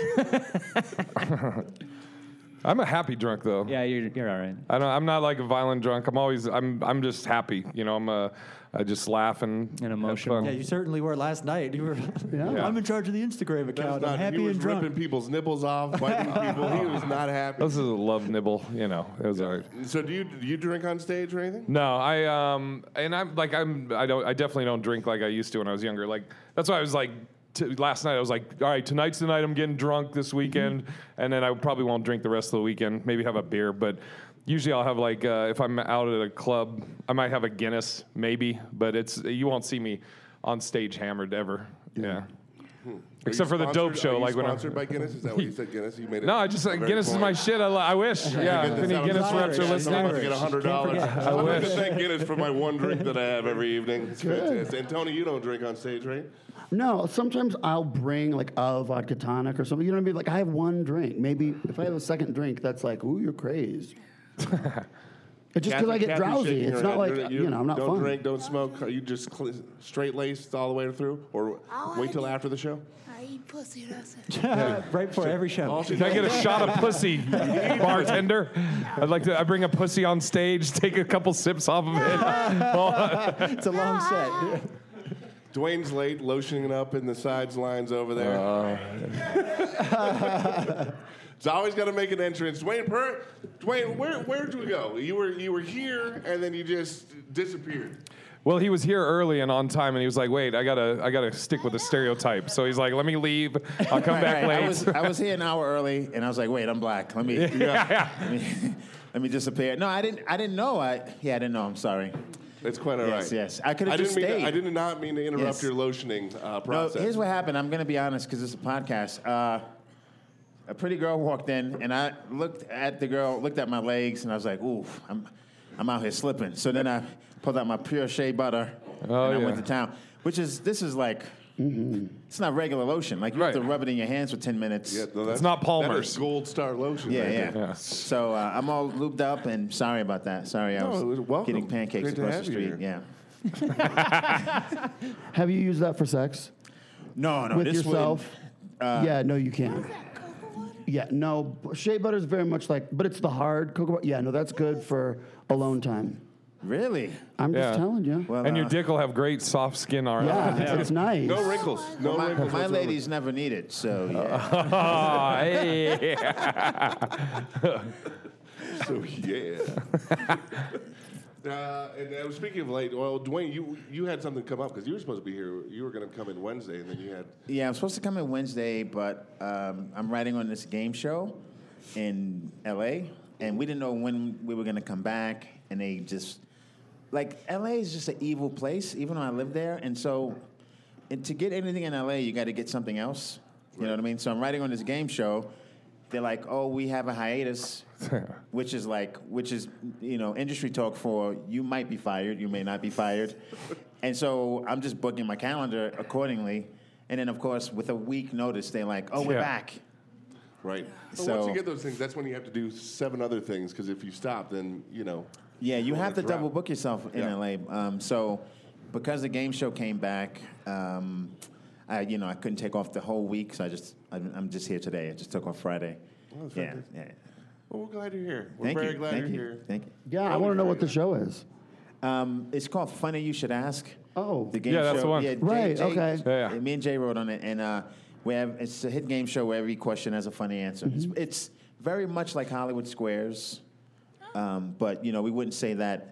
Speaker 3: I'm a happy drunk, though.
Speaker 6: Yeah, you're, you're all right.
Speaker 3: I don't, I'm not like a violent drunk. I'm always, I'm, I'm just happy. You know, I'm uh, I just laugh and, have
Speaker 6: emotional.
Speaker 3: fun.
Speaker 2: Yeah, you certainly were last night. You were. I'm in charge of the Instagram
Speaker 1: That was
Speaker 2: account. I'm
Speaker 1: not- he
Speaker 2: happy
Speaker 1: was
Speaker 2: and drunk.
Speaker 1: ripping people's nipples off, biting people. He was not happy.
Speaker 3: This is a love nibble, you know. It was all right.
Speaker 1: So do you do you drink on stage or anything?
Speaker 3: No, I um, and I'm like I'm I don't I definitely don't drink like I used to when I was younger. Like that's why I was like t- last night I was like, all right, tonight's the night I'm getting drunk
Speaker 1: Mm-hmm.
Speaker 3: this weekend, and then I probably won't drink the rest of the weekend. Maybe have a beer, but usually I'll have like uh, if I'm out at a club, I might have a Guinness maybe, but it's you won't see me on stage hammered ever. Yeah.
Speaker 1: Are you
Speaker 3: Except for the dope
Speaker 1: sponsored-
Speaker 3: show,
Speaker 1: are you
Speaker 3: like when I'm-
Speaker 1: sponsored by Guinness. Is that what you said? Guinness. You made it.
Speaker 3: No, I just
Speaker 1: a
Speaker 3: like
Speaker 1: very
Speaker 3: Guinness is my
Speaker 1: polite-
Speaker 3: shit. I, li- I wish. Yeah,
Speaker 1: Get
Speaker 3: if
Speaker 1: this
Speaker 3: any
Speaker 1: out of
Speaker 3: Guinness
Speaker 1: the
Speaker 3: reps are
Speaker 1: Irish. I'm about to
Speaker 3: listening.
Speaker 1: get hundred dollars.
Speaker 3: I
Speaker 1: I'm going to
Speaker 3: wish.
Speaker 1: thank Guinness for my one drink that I have every evening. It's fantastic. And Tony, you don't drink on stage, right?
Speaker 4: No, sometimes I'll bring like a vodka tonic or something. You know what I mean? Like I have one drink. Maybe if I have a second drink, that's like, ooh, you're crazy. it's just because I
Speaker 1: Kathy-
Speaker 4: get
Speaker 1: Kathy's
Speaker 4: drowsy.
Speaker 1: shaking
Speaker 4: It's
Speaker 1: her
Speaker 4: not
Speaker 1: head.
Speaker 4: like
Speaker 1: You're-
Speaker 4: you know, I'm not
Speaker 1: Don't
Speaker 4: fun.
Speaker 1: drink, don't smoke. Are you just cl- straight laced all the way through, or
Speaker 5: All
Speaker 1: wait
Speaker 5: I
Speaker 1: till
Speaker 5: do-
Speaker 1: after the show?
Speaker 5: I eat pussy, that's it.
Speaker 2: right before every show.
Speaker 3: Can I get a shot of pussy, bartender? I'd like to. I bring a pussy on stage, take a couple sips off of it.
Speaker 2: It's a long
Speaker 5: Ah,
Speaker 2: set.
Speaker 1: Dwayne's late, lotioning up in the sides lines over there.
Speaker 7: Uh.
Speaker 1: it's always got to make an entrance. Dwayne Pert, Dwayne, where where'd you go? You were you were here, and then you just disappeared.
Speaker 3: Well, he was here early and on time, and he was like, "Wait, I gotta, I gotta stick with the stereotype." So he's like, "Let me leave. I'll come back
Speaker 7: Right, right. I
Speaker 3: late."
Speaker 7: was, I was here an hour early, and I was like, "Wait, I'm black. Let me, let me, let me disappear." No, I didn't. I didn't know. I yeah, I didn't know. I'm sorry.
Speaker 1: It's quite all right.
Speaker 7: Yes, yes. I could've just
Speaker 1: didn't mean to-
Speaker 7: stayed.
Speaker 1: I did not mean to interrupt
Speaker 7: Yes.
Speaker 1: your lotioning uh,
Speaker 7: No,
Speaker 1: process.
Speaker 7: Oh, here's what happened. I'm going to be honest because it's a podcast. Uh, a pretty girl walked in, and I looked at the girl, looked at my legs, and I was like, "Oof, I'm, I'm out here slipping." So then I pulled out my pure shea butter,
Speaker 3: Oh,
Speaker 7: and I
Speaker 3: yeah.
Speaker 7: went to town. Which is this is like, it's not regular lotion. Like you have
Speaker 3: Right.
Speaker 7: to rub it in your hands for ten minutes.
Speaker 1: Yeah, no, that's-
Speaker 3: not
Speaker 1: That is
Speaker 3: Palmer's.
Speaker 1: gold star lotion.
Speaker 7: Yeah,
Speaker 1: right
Speaker 7: yeah.
Speaker 1: there.
Speaker 3: Yeah.
Speaker 7: So uh, I'm all lubed up, and sorry about that. Sorry, I
Speaker 1: No,
Speaker 7: was
Speaker 1: it was- welcome.
Speaker 7: getting pancakes
Speaker 1: Great to
Speaker 7: across
Speaker 1: have
Speaker 7: the
Speaker 1: you here.
Speaker 7: street. Yeah.
Speaker 4: Have you used that for sex
Speaker 7: No, no.
Speaker 4: with
Speaker 7: Oh, this wouldn't-
Speaker 4: yourself? yeah, no, you can't.
Speaker 5: that cocoa water?
Speaker 4: Yeah, no. b- Shea butter is very much like, but it's the hard cocoa. butter. Yeah, no, that's good for alone time.
Speaker 7: Really?
Speaker 4: I'm
Speaker 3: Yeah.
Speaker 4: just telling you.
Speaker 7: Well,
Speaker 3: And your
Speaker 7: uh,
Speaker 3: dick will have great soft skin around
Speaker 4: yeah,
Speaker 3: it.
Speaker 4: it's nice.
Speaker 1: No wrinkles. No
Speaker 7: My,
Speaker 1: wrinkles.
Speaker 7: my
Speaker 1: whatsoever.
Speaker 7: ladies never need it, so yeah.
Speaker 3: Aw, Ah, hey.
Speaker 1: So yeah. Uh, and uh, speaking of late, well, Dwayne, you you had something come up because you were supposed to be here. You were going to come in Wednesday, and then you had
Speaker 7: Yeah, I'm supposed to come in Wednesday, but um, I'm writing on this game show in LA, and we didn't know when we were gonna come back, and they just like LA is just an evil place, even though I live there, and so and to get anything in LA, you got to get something else. You know what I mean? So I'm writing on this game show. They're like, "Oh, we have a hiatus," which is like, which is you know, industry talk for you might be fired, you may not be fired, and so I'm just booking my calendar accordingly. And then, of course, with a week notice, they're like, "Oh, we're
Speaker 3: Yeah.
Speaker 7: back."
Speaker 1: right. So, once
Speaker 7: So-
Speaker 1: you get those things, that's when you have to do seven other things because if you stop, then you know.
Speaker 7: Yeah, you
Speaker 1: Well,
Speaker 7: have to
Speaker 1: that's right.
Speaker 7: double book yourself in
Speaker 1: Yeah.
Speaker 7: LA. Um, so, because the game show came back, um, I you know I couldn't take off the whole week, so I just I'm, I'm just here today. I just took off Friday.
Speaker 1: Oh, that's
Speaker 7: yeah,
Speaker 1: fantastic.
Speaker 7: yeah.
Speaker 1: Well, we're glad you're here. We're
Speaker 7: Thank
Speaker 1: very
Speaker 7: you.
Speaker 1: glad
Speaker 7: Thank
Speaker 1: you're
Speaker 7: you.
Speaker 1: here.
Speaker 7: Thank you.
Speaker 4: Yeah, I
Speaker 1: That'll
Speaker 4: want
Speaker 1: be
Speaker 4: to know
Speaker 1: very
Speaker 4: what the
Speaker 1: good.
Speaker 4: show is.
Speaker 7: Um, it's called Funny You Should Ask.
Speaker 4: Oh.
Speaker 7: the game
Speaker 3: Yeah,
Speaker 7: show.
Speaker 3: that's the one.
Speaker 7: Jay-
Speaker 4: Right,
Speaker 7: Jay-
Speaker 4: okay.
Speaker 3: Yeah, yeah.
Speaker 7: Me and Jay wrote on it, and uh, we have it's a hit game show where every question has a funny answer.
Speaker 4: Mm-hmm.
Speaker 7: It's, it's very much like Hollywood Squares, um, but you know we wouldn't say that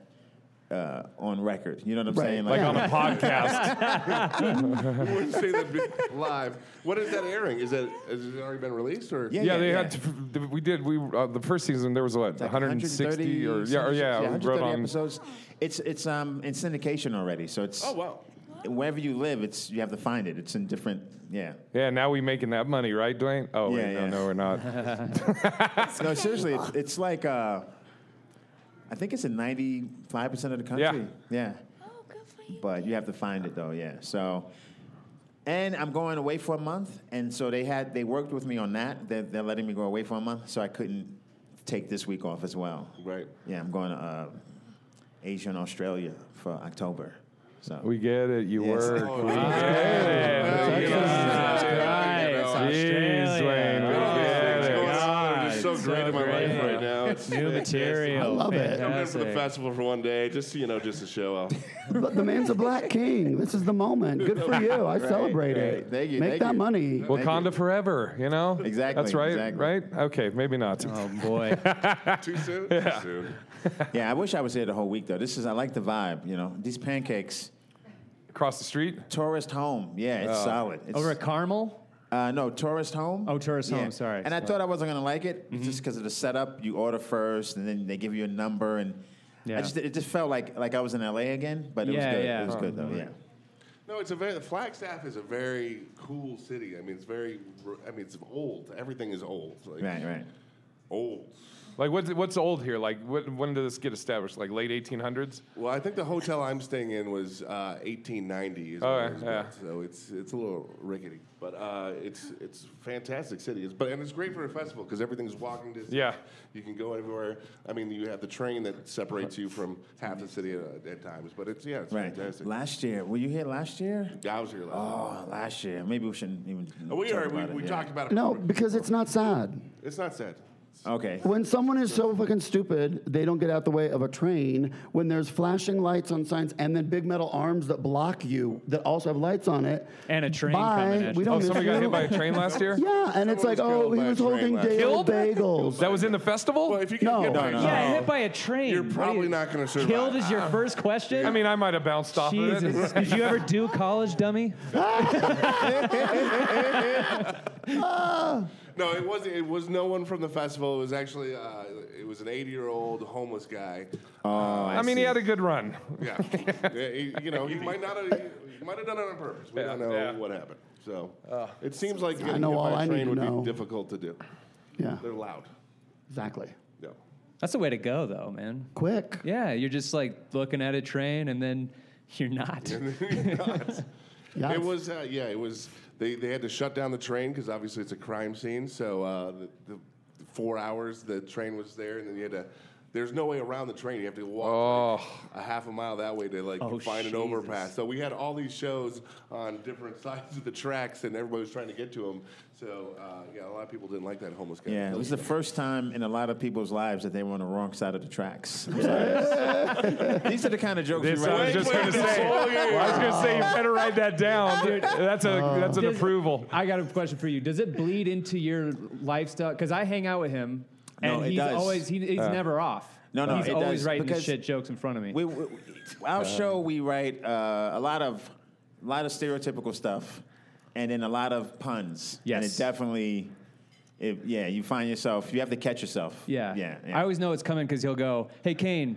Speaker 7: uh, on record. You know what I'm
Speaker 4: Right.
Speaker 7: saying?
Speaker 3: like on a podcast.
Speaker 1: You wouldn't say that bit live. What is that airing? Is that has it already been released or?
Speaker 7: Yeah.
Speaker 3: Yeah, they had. To, we did. We uh, the first season there was what
Speaker 7: Like
Speaker 3: 160 or yeah, or
Speaker 7: 130
Speaker 3: yeah, we wrote
Speaker 7: 130
Speaker 3: on.
Speaker 7: episodes. It's it's um in syndication already, so it's
Speaker 1: Oh wow.
Speaker 7: wherever you live, it's you have to find it. It's in different yeah.
Speaker 3: Yeah, now we making that money, right, Dwayne? Oh wait, no,
Speaker 7: Yeah, yeah.
Speaker 3: no, we're not.
Speaker 7: No, seriously,
Speaker 5: Oh,
Speaker 7: it's, it's like uh, I think it's in ninety five percent of the country. Yeah.
Speaker 5: Oh, good for you.
Speaker 7: but you have to find it though. Yeah, so. And I'm going away for a month, and so they had they worked with me on that. They're, they're letting me go away for a month, so I couldn't take this week off as well.
Speaker 1: Right.
Speaker 7: Yeah, I'm going to uh, Asia and Australia for October. So
Speaker 3: we get it. You
Speaker 7: Yes.
Speaker 3: work.
Speaker 7: Oh,
Speaker 3: we get it. Jeez, Dwayne, we
Speaker 1: All these
Speaker 3: get
Speaker 1: things
Speaker 3: it.
Speaker 1: going on that are just so,
Speaker 6: Oh, God,
Speaker 1: great in my
Speaker 6: great.
Speaker 1: life right now. It's
Speaker 6: New material.
Speaker 4: I love it.
Speaker 1: I'm in for the
Speaker 6: Fantastic.
Speaker 1: festival for one day, just you know, just to show off.
Speaker 4: But the man's a black king. This is the moment. Good for you. I celebrate it.
Speaker 7: right. Thank you,
Speaker 4: Make
Speaker 7: thank
Speaker 4: that
Speaker 7: you.
Speaker 4: money.
Speaker 3: Wakanda forever, you know?
Speaker 7: Exactly,
Speaker 3: That's right,
Speaker 7: exactly.
Speaker 3: right? Okay, maybe not.
Speaker 6: Oh boy.
Speaker 1: Too soon. Too soon.
Speaker 7: yeah, I wish I was here the whole week though. This is I like the vibe. You know, these pancakes,
Speaker 3: Across the street?
Speaker 7: tourist home. Yeah, it's solid. It's,
Speaker 6: Over at Carmel?
Speaker 7: Uh, no, tourist home.
Speaker 6: Oh, tourist home, sorry, Mm-hmm.
Speaker 7: And I thought I wasn't gonna like it just because of the setup. You order first, and then they give you a number, and I
Speaker 6: Yeah.
Speaker 7: just it just felt like like I was in LA again. But it
Speaker 6: Yeah,
Speaker 7: was good.
Speaker 6: yeah.
Speaker 7: It was good though. Yeah.
Speaker 1: No, it's a very Flagstaff is a very cool city. I mean, it's very. I mean, it's old. Everything is old. Like,
Speaker 7: Right. Right.
Speaker 1: Old.
Speaker 3: Like, what's, what's old here? Like, what, when did this get established? Like, late 1800s?
Speaker 1: Well, I think the hotel I'm staying in was uh, 1890. Is
Speaker 3: Oh,
Speaker 1: when it was
Speaker 3: yeah.
Speaker 1: built, So it's it's a little rickety, but uh, it's it's fantastic city. It's, but and it's great for a festival because everything's walking distance.
Speaker 3: Yeah.
Speaker 1: you can go everywhere. I mean, you have the train that separates you from half the city at, at times. But it's yeah, it's
Speaker 7: Right.
Speaker 1: fantastic.
Speaker 7: Last year, were you here last year?
Speaker 1: Yeah, I was here last.
Speaker 7: Oh, last year. Maybe we shouldn't even.
Speaker 1: Oh, we
Speaker 7: talk
Speaker 1: are. We,
Speaker 7: about it,
Speaker 1: we
Speaker 7: yeah.
Speaker 1: talked about it.
Speaker 4: No,
Speaker 1: before.
Speaker 4: because it's not sad.
Speaker 1: it's not sad.
Speaker 7: Okay.
Speaker 4: When someone is so fucking stupid, they don't get out the way of a train. When there's flashing lights on signs and then big metal arms that block you that also have lights on it.
Speaker 6: And a train
Speaker 4: Bye.
Speaker 6: coming at
Speaker 4: We
Speaker 6: you.
Speaker 4: don't
Speaker 3: Oh,
Speaker 4: miss-
Speaker 3: somebody
Speaker 4: we
Speaker 3: got hit
Speaker 4: don't-
Speaker 3: by a train last year?
Speaker 4: Yeah, and it's
Speaker 1: Someone
Speaker 4: like,
Speaker 1: was
Speaker 4: oh,
Speaker 1: killed
Speaker 4: he
Speaker 1: by a
Speaker 4: was
Speaker 1: train
Speaker 4: holding
Speaker 1: last-
Speaker 4: Dale
Speaker 6: Killed?
Speaker 4: bagels.
Speaker 3: That was in the festival?
Speaker 1: Well, if you can
Speaker 4: No.
Speaker 1: get
Speaker 4: No,
Speaker 1: by
Speaker 7: no.
Speaker 1: a
Speaker 6: Yeah,
Speaker 1: train-
Speaker 6: hit by a train.
Speaker 1: Oh. You're
Speaker 6: What are
Speaker 1: probably not gonna survive. Ah.
Speaker 6: Killed is your first question?
Speaker 3: I mean, I might have bounced off of
Speaker 6: Jesus.
Speaker 3: it.
Speaker 6: Did you ever do college, dummy?
Speaker 1: No, it wasn't. It was no one from the festival. It was actually uh, it was an 80 year old homeless guy. Uh,
Speaker 3: I, mean, he had a good run.
Speaker 1: Yeah, Yeah, he, you know, he might not have he might have done it on purpose. We don't know
Speaker 3: yeah.
Speaker 1: what happened. So it seems like getting
Speaker 4: know
Speaker 1: hit
Speaker 4: all
Speaker 1: by
Speaker 4: I
Speaker 1: a
Speaker 4: need
Speaker 1: train
Speaker 4: to
Speaker 1: would
Speaker 4: know.
Speaker 1: be difficult to do.
Speaker 4: Yeah,
Speaker 1: They're loud.
Speaker 4: exactly.
Speaker 1: No.
Speaker 6: That's the way to go, though, man.
Speaker 4: Quick.
Speaker 6: Yeah, you're just like looking at a train and then you're not.
Speaker 4: Yeah.
Speaker 1: It was uh, yeah. It was they, they had to shut down the train because obviously it's a crime scene. So uh, the, the four hours the train was there, and then you had to. There's no way around the train. You have to walk like, a half a mile that way to like
Speaker 6: Oh,
Speaker 1: find
Speaker 6: Jesus.
Speaker 1: an overpass. So we had all these shows on different sides of the tracks, and everybody was trying to get to them. So uh, yeah, a lot of people didn't like that homeless guy.
Speaker 7: Yeah, it was the first time in a lot of people's lives that they were on the wrong side of the tracks. These are the kind of jokes
Speaker 3: This
Speaker 7: you
Speaker 3: I was
Speaker 7: write.
Speaker 3: just going to say. I was going to say you better write that down. That's a that's an
Speaker 6: Does-
Speaker 3: approval.
Speaker 6: I got a question for you. Does it bleed into your lifestyle? Because I hang out with him, and
Speaker 7: No, it
Speaker 6: he's
Speaker 7: does. Uh,
Speaker 6: always he, he's never off.
Speaker 7: No, no,
Speaker 6: he's
Speaker 7: it
Speaker 6: always
Speaker 7: does,
Speaker 6: writing
Speaker 7: because-
Speaker 6: shit jokes in front of me.
Speaker 7: We, we,
Speaker 3: Uh-huh.
Speaker 7: our show, we write uh, a lot of a lot of stereotypical stuff, and then a lot of puns. and
Speaker 6: Yes.
Speaker 7: it definitely. It, yeah, you find yourself. You have to catch yourself.
Speaker 6: yeah.
Speaker 7: yeah.
Speaker 6: I always know it's coming because he'll go, "Hey, Kane,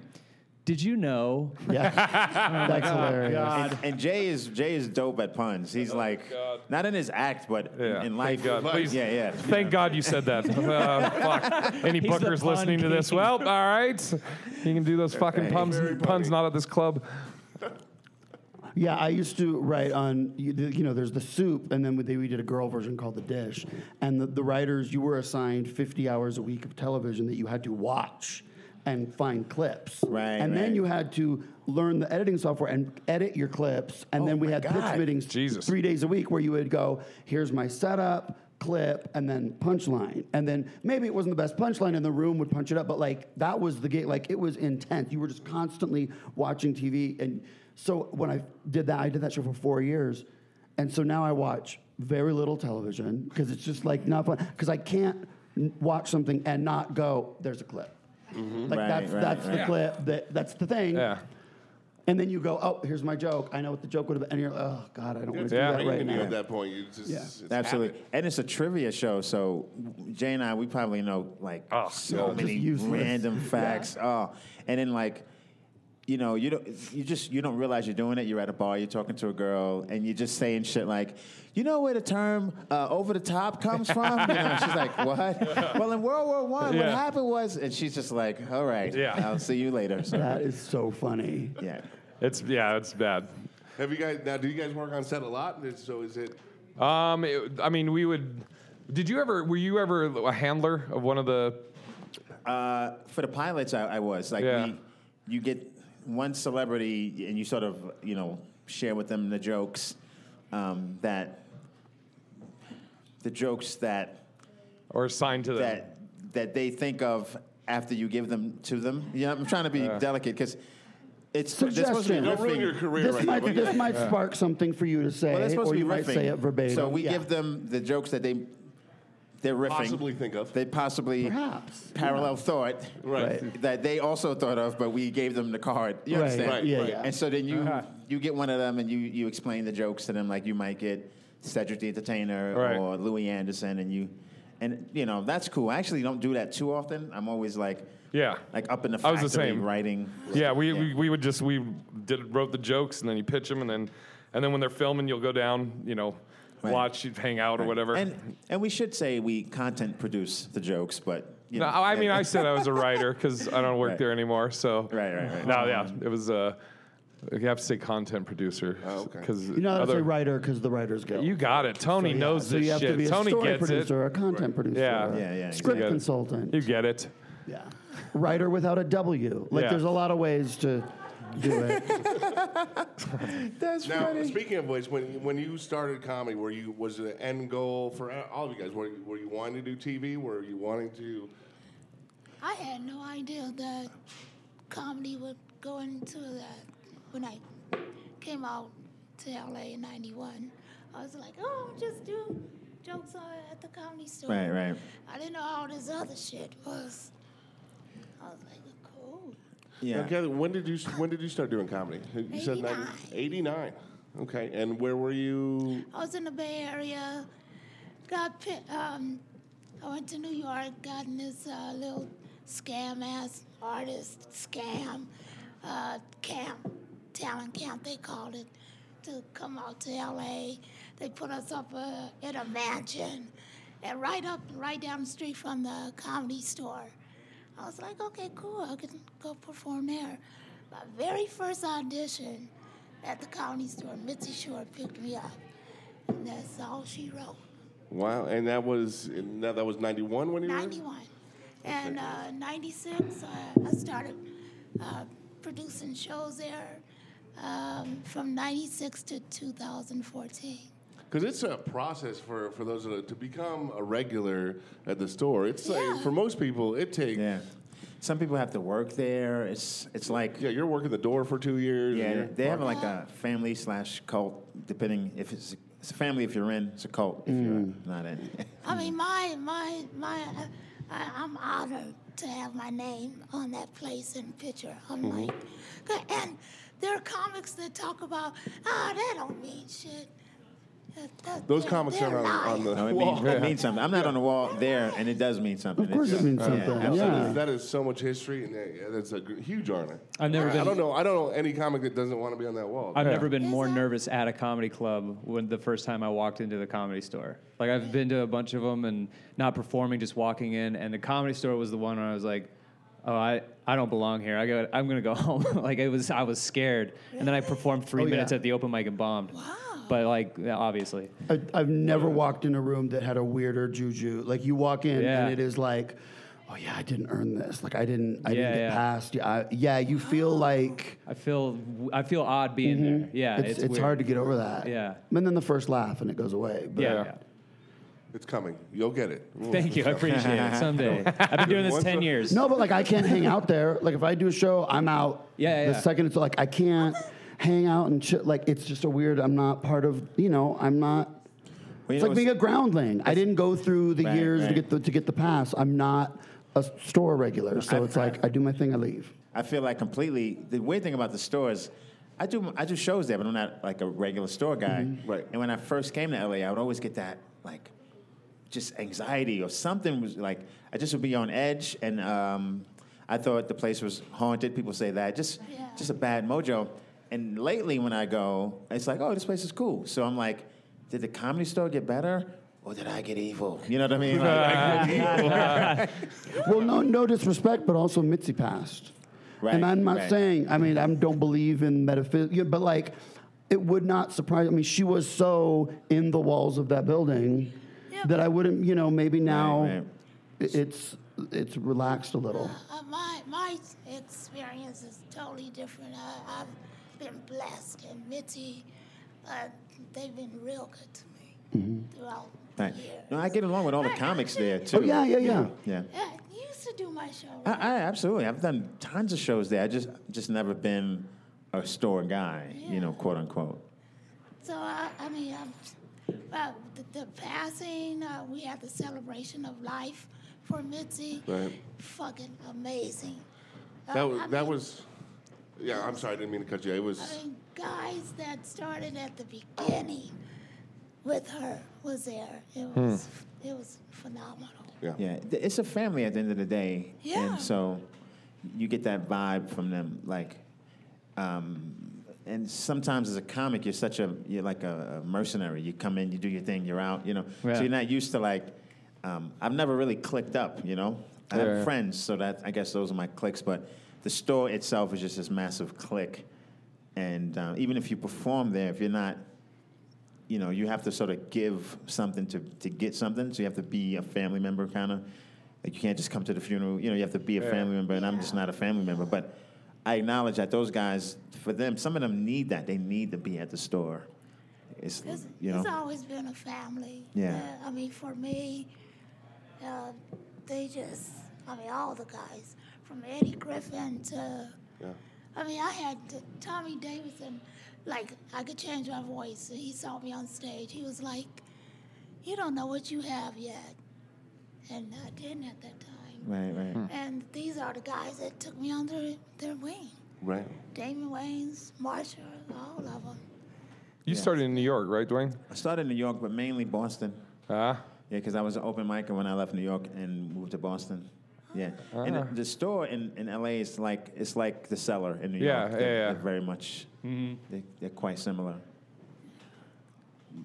Speaker 6: did you know?"
Speaker 4: That's hilarious.
Speaker 7: and, and Jay is Jay is dope at puns. He's like
Speaker 3: God.
Speaker 7: not in his act, but
Speaker 3: Yeah,
Speaker 7: in
Speaker 3: thank
Speaker 7: life.
Speaker 3: God. Please.
Speaker 7: Yeah, yeah.
Speaker 3: Thank God you said that. Uh, fuck. Any
Speaker 6: He's the
Speaker 3: bookers
Speaker 6: pun
Speaker 3: listening to this?
Speaker 6: king.
Speaker 3: Well, all right. You can do those fucking puns,
Speaker 1: Very funny.
Speaker 3: puns not at this club.
Speaker 4: Yeah, I used to write on, you the- you know, there's the soup, and then they, we did a girl version called The Dish. And the, the writers, you were assigned 50 hours a week of television that you had to watch and find clips.
Speaker 7: Right,
Speaker 4: And
Speaker 7: right.
Speaker 4: then you had to learn the editing software and edit your clips. And then we
Speaker 7: Oh my
Speaker 4: had
Speaker 7: God.
Speaker 4: pitch meetings
Speaker 3: Jesus.
Speaker 4: three days a week where you would go, here's my setup. Clip and then punchline, and then maybe it wasn't the best punchline, and the room would punch it up. But like that was the gate. Like it was intense. You were just constantly watching TV, and so when I did that, I did that show for four years, and so now I watch very little television because it's just like not fun. Because I can't n- watch something and not go. There's a clip. Like
Speaker 7: Mm-hmm. Right,
Speaker 4: that's
Speaker 7: right,
Speaker 4: that's the
Speaker 7: right.
Speaker 4: clip. That that's the thing.
Speaker 3: Yeah.
Speaker 4: And then you go, oh, here's my joke. I know what the joke would have been. And you're like, oh God, I don't want to
Speaker 3: Yeah.
Speaker 4: do that
Speaker 1: you
Speaker 4: right
Speaker 1: can do
Speaker 4: now.
Speaker 1: at that point. You just
Speaker 4: Yeah.
Speaker 1: it's
Speaker 7: Absolutely.
Speaker 1: happened.
Speaker 7: And it's a trivia show, so Jay and I, we probably know like
Speaker 3: Oh,
Speaker 7: so
Speaker 4: yeah. Just
Speaker 7: many
Speaker 4: useless.
Speaker 7: random facts. Oh, and then like, you know, you don't, you just, you don't realize you're doing it. You're at a bar, you're talking to a girl, and you're just saying shit like, you know where the term uh, "over the top" comes from? You know, and she's like, what? well, in World War One, what
Speaker 3: Yeah.
Speaker 7: happened was, and she's just like, all right,
Speaker 3: Yeah.
Speaker 7: I'll see you later. So,
Speaker 4: That is so funny.
Speaker 7: yeah.
Speaker 3: It's yeah, it's bad.
Speaker 1: Have you guys now? Do you guys work on set a lot? Is- So is it?
Speaker 3: Um, it- I mean, we would. Did you ever? Were you ever a handler of one of the?
Speaker 7: Uh, for the pilots, I, I was like,
Speaker 3: Yeah.
Speaker 7: we, you get one celebrity, and you sort of, you know, share with them the jokes um, that the jokes that
Speaker 3: Or assigned to them?
Speaker 7: that that they think of after you give them to them. You know, I'm trying to be delicate because it's they're supposed to
Speaker 4: Suggestion.
Speaker 7: be
Speaker 1: Don't ruin
Speaker 7: riffing.
Speaker 1: your career
Speaker 4: This
Speaker 1: right
Speaker 4: might,
Speaker 1: now. but-
Speaker 4: this might spark something for you to say,
Speaker 7: Well, they're supposed
Speaker 4: or
Speaker 7: to be
Speaker 4: you might
Speaker 7: riffing.
Speaker 4: say it verbatim.
Speaker 7: So we
Speaker 4: Yeah.
Speaker 7: give them the jokes that they they're riffing.
Speaker 1: Possibly think of.
Speaker 7: They possibly
Speaker 4: Perhaps.
Speaker 7: parallel thought
Speaker 1: Right.
Speaker 7: that they also thought of, but we gave them the card. You
Speaker 4: Right,
Speaker 7: understand?
Speaker 1: right,
Speaker 4: yeah,
Speaker 1: right.
Speaker 4: yeah. Uh-huh.
Speaker 7: And so then you you get one of them and you you explain the jokes to them like you might get Cedric the Entertainer
Speaker 3: Right.
Speaker 7: or Louis Anderson and you and you know that's cool. I actually don't do that too often. I'm always like
Speaker 3: Yeah.
Speaker 7: like up in the
Speaker 3: I
Speaker 7: factory
Speaker 3: was the same.
Speaker 7: writing.
Speaker 3: Yeah, we, we we would just we did wrote the jokes and then you pitch them and then and then when they're filming you'll go down you know
Speaker 7: Right.
Speaker 3: watch you hang out or whatever.
Speaker 7: And and we should say we content produce the jokes, but you
Speaker 3: no,
Speaker 7: know,
Speaker 3: I mean
Speaker 7: yeah.
Speaker 3: I said I was a writer because I don't work
Speaker 7: Right.
Speaker 3: there anymore. So
Speaker 7: Right, right, right.
Speaker 3: No, yeah, it was. Uh, you have to say content producer
Speaker 7: Oh,
Speaker 1: okay.
Speaker 3: because
Speaker 4: You know how to say writer because the Writers Guild.
Speaker 3: You got it. Tony
Speaker 4: So, yeah,
Speaker 3: knows
Speaker 4: so
Speaker 3: this
Speaker 4: you have
Speaker 3: shit.
Speaker 4: to be a
Speaker 3: Tony
Speaker 4: story
Speaker 3: gets
Speaker 4: producer, or a content producer,
Speaker 3: Yeah.
Speaker 4: or a
Speaker 7: Yeah, yeah,
Speaker 4: script
Speaker 3: exactly.
Speaker 4: consultant,
Speaker 3: it. You get it.
Speaker 4: yeah, writer without a W. Like
Speaker 3: Yeah.
Speaker 4: there's a lot of ways to do it.
Speaker 7: That's
Speaker 1: Now, speaking of which, when when you started comedy, were you was the end goal for all of you guys? Were you, were you wanting to do TV? Were you wanting to?
Speaker 5: I had no idea that comedy would go into that when I came out to LA in 91. I was like, oh, just do jokes on- at the comedy store.
Speaker 7: Right, right.
Speaker 5: I didn't know all this other shit was. I was like, cool.
Speaker 7: Yeah.
Speaker 1: Now, Kathy, when did you when did you start doing comedy? You said
Speaker 5: 89.
Speaker 1: eighty nine. Okay, and where were you?
Speaker 5: I was in the Bay Area, got pi- um, I went to New York, gotten this uh, little scam ass artist scam uh, camp, talent camp they called it, to come out to LA. They put us up uh, in a mansion, and right up, right down the street from the comedy store. I was like, okay, cool, I can go perform there. My very first audition at the comedy store, Mitzi Shore picked me up, and that's all she wrote.
Speaker 1: Wow, and that was now that was ninety one when you were.
Speaker 5: 91. And uh, 96, I, I started uh, producing shows there um, from 96 to 2014.
Speaker 1: Because it's a process for, for those that, to become a regular at the store. It's
Speaker 5: Yeah.
Speaker 1: like, for most people, it takes. Yeah.
Speaker 7: Yeah. Some people have to work there. It's it's like
Speaker 1: you're working the door for two years. and
Speaker 7: yeah,
Speaker 1: you're-
Speaker 7: they have like a family slash cult, depending if it's it's a family if you're in, it's a cult if you're
Speaker 4: Mm.
Speaker 7: not in.
Speaker 5: I
Speaker 1: Hmm.
Speaker 5: mean, my, my, my, I, I, I'm honored to have my name on that place and picture. I'm like,
Speaker 1: Mm-hmm.
Speaker 5: "Good." and there are comics that talk about, ah, that don't mean shit. That- that-
Speaker 1: Those
Speaker 5: they're-
Speaker 1: comics
Speaker 5: they're
Speaker 1: are on, on
Speaker 5: lying.
Speaker 1: the
Speaker 7: No, it,
Speaker 1: wall.
Speaker 7: means, it means something. I'm not on the wall there, and it does mean something.
Speaker 4: Of course
Speaker 7: It's-
Speaker 4: it means something,
Speaker 1: That
Speaker 4: yeah.
Speaker 1: is- that is so much history, and that- yeah, that's a gr- huge honor.
Speaker 6: I've never
Speaker 1: I
Speaker 6: been-
Speaker 1: don't know. I don't know any comic that doesn't want to be on that wall.
Speaker 6: I've never been
Speaker 5: Is
Speaker 6: more
Speaker 5: that-
Speaker 6: nervous at a comedy club when the first time I walked into the comedy store. Like I've been to a bunch of them and not performing, just walking in, and the comedy store was the one where I was like, "Oh, I, I don't belong here. I go, I'm gonna go home." like it was, I was scared, and then I performed three
Speaker 4: Oh, yeah.
Speaker 6: minutes at the open mic and bombed. Wow. But like yeah, obviously,
Speaker 4: I, I've never walked in a room that had a weirder juju. Like you walk in
Speaker 6: Yeah.
Speaker 4: and it is like, oh yeah, I didn't earn this. Like I didn't, I
Speaker 6: Yeah,
Speaker 4: didn't get
Speaker 6: yeah.
Speaker 4: past. Yeah, I, yeah, you feel like
Speaker 6: I feel I feel odd being there. Yeah,
Speaker 4: Mm-hmm. it's,
Speaker 6: Uh, it's
Speaker 4: it's,
Speaker 6: weird.
Speaker 4: hard to get over that.
Speaker 6: Yeah.
Speaker 4: And then the first laugh and it goes away. But
Speaker 6: Yeah.
Speaker 3: Yeah.
Speaker 6: yeah.
Speaker 1: It's coming. You'll get it. Ooh,
Speaker 6: Thank you. I appreciate it. Someday. I've been doing this
Speaker 1: Once a-
Speaker 6: 10 years.
Speaker 4: No, but like I can't hang out there. Like if I do a show, I'm out.
Speaker 6: Yeah, yeah,
Speaker 4: The
Speaker 6: yeah.
Speaker 4: second it's like I can't hang out and shit. Like it's just a weird. I'm not part of. You know, I'm not.
Speaker 7: Well, you
Speaker 4: It's
Speaker 7: know,
Speaker 4: like being a groundling. I didn't go through the
Speaker 7: Right,
Speaker 4: years to
Speaker 7: right.
Speaker 4: get the to get the pass. I'm not a store regular, so
Speaker 7: I've-
Speaker 4: it's like I do my thing, I leave.
Speaker 7: I feel like completely. The weird thing about the store is, I do I do shows there, but I'm not like a regular store guy.
Speaker 1: Right.
Speaker 7: And when I first came to LA, I would always get that like, just anxiety or something was like I just would be on edge, and um, I thought the place was haunted. People say that just
Speaker 4: Oh,
Speaker 5: Yeah.
Speaker 7: just a bad mojo. And lately, when I go, it's like, oh, this place is cool. So I'm like, did the comedy store get better? Or did I get evil? You know what I mean? Like,
Speaker 4: Well, no, no disrespect, but also Mitzi passed.
Speaker 7: Right,
Speaker 4: And I'm not
Speaker 7: right.
Speaker 4: saying, I mean, I don't believe in metaphysics, but like, it would not surprise. I mean, she was so in the walls of that building
Speaker 5: Yeah,
Speaker 4: that I wouldn't, you know, maybe now
Speaker 7: right.
Speaker 4: i- it's it's relaxed a little.
Speaker 5: Uh, my my experience is totally different. I, I've been blessed, and Mitzi, uh, they've been real good to me throughout
Speaker 7: Right.
Speaker 5: the years.
Speaker 7: Mm-hmm. No, I get along with all the comics there too.
Speaker 4: Oh yeah, yeah, yeah.
Speaker 7: Yeah.
Speaker 5: Yeah, you used to do my show.
Speaker 7: I,
Speaker 5: right?
Speaker 7: I absolutely. I've done tons of shows there. I just just never been a store guy, you know, quote unquote.
Speaker 5: so I, I mean, um, uh, the, the passing. Uh, we had the celebration of life for Mitzi.
Speaker 1: Right.
Speaker 5: Fucking amazing. Uh,
Speaker 1: That was.
Speaker 5: I
Speaker 1: That
Speaker 5: mean,
Speaker 1: was. Yeah, I'm sorry. I didn't mean to cut you. It was.
Speaker 5: I mean, guys that started at the beginning with her was there. It was it was phenomenal.
Speaker 7: Yeah, th- it's a family at the end of the day,
Speaker 5: Yeah.
Speaker 7: and so you get that vibe from them. Like, um, and sometimes as a comic, you're such a you're like a, a mercenary. You come in, you do your thing, you're out. You know,
Speaker 6: Yeah.
Speaker 7: so you're not used to like. Um, I've never really clicked up. You know, I have
Speaker 3: Yeah.
Speaker 7: friends, so that I guess those are my clicks. But the store itself is just this massive click, and um, even if you perform there, if you're not you know, you have to sort of give something to, to get something. So you have to be a family member, kind of. Like you can't just come to the funeral. You know, you have to be a family member, and I'm just not a family member. But I acknowledge that those guys, for them, some of them need that. They need to be at the store. It's,
Speaker 5: It's,
Speaker 7: you know,
Speaker 5: it's always been a family.
Speaker 7: Yeah.
Speaker 5: Uh, I mean, for me, uh, they just, I mean, all the guys, from Eddie Griffin to, I mean, I had t- Tommy Davidson, like, I could change my voice. He saw me on stage. He was like, You don't know what you have yet. And I didn't at that time.
Speaker 7: right, right.
Speaker 5: And these are the guys that took me under their wing
Speaker 1: Right.
Speaker 5: Damon Wayans, Marsha, all of them.
Speaker 3: You started in New York, right, Dwayne?
Speaker 7: I started in New York, but mainly Boston.
Speaker 3: Ah,
Speaker 7: Yeah, because I was an open micer when I left New York and moved to Boston. Yeah, and
Speaker 3: Ah.
Speaker 7: the, the store in, in LA is like it's like the cellar in New
Speaker 3: Yeah,
Speaker 7: York.
Speaker 3: yeah,
Speaker 7: They're-
Speaker 3: yeah. Mm-hmm.
Speaker 7: they're very much. They, they're quite similar.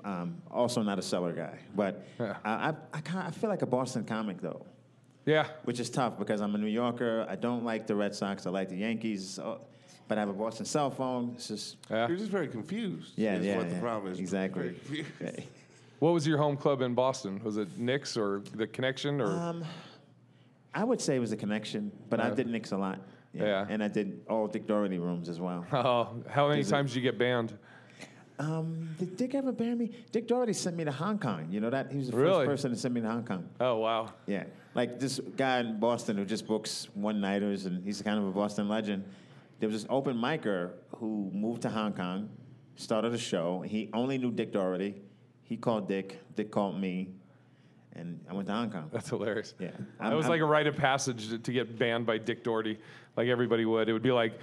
Speaker 7: Um, also, not a cellar guy, but
Speaker 3: Yeah.
Speaker 7: I I, I, kind I feel like a Boston comic though,
Speaker 3: Yeah.
Speaker 7: which is tough because I'm a New Yorker. I don't like the Red Sox. I like the Yankees, oh, but I have a Boston cell phone. It's just
Speaker 3: Yeah.
Speaker 1: You're just very confused.
Speaker 7: yeah,
Speaker 1: is
Speaker 7: yeah,
Speaker 1: what the
Speaker 7: yeah.
Speaker 1: problem is. Very
Speaker 7: exactly.
Speaker 1: confused.
Speaker 7: Yeah.
Speaker 3: What was your home club in Boston? Was it Knicks or the Connection or?
Speaker 7: Um, I would say it was a connection, but I
Speaker 3: Yeah.
Speaker 7: did Knicks a lot.
Speaker 3: Yeah.
Speaker 7: And I did all Dick Doherty rooms as well.
Speaker 3: oh, how many
Speaker 7: is it-
Speaker 3: times did you get banned?
Speaker 7: Um, did Dick ever ban me? Dick Doherty sent me to Hong Kong. You know that? He was the
Speaker 3: Really?
Speaker 7: first person to send me to Hong Kong.
Speaker 3: Oh wow.
Speaker 7: Yeah. Like this guy in Boston who just books one nighters and he's kind of a Boston legend. There was this open micer who moved to Hong Kong, started a show. He only knew Dick Doherty. He called Dick, Dick called me, and I went to Hong Kong.
Speaker 3: That's hilarious.
Speaker 7: Yeah.
Speaker 3: that
Speaker 7: I'm-
Speaker 3: was
Speaker 7: I'm-
Speaker 3: like a rite of passage to, to get banned by Dick Doherty, like everybody would. It would be like,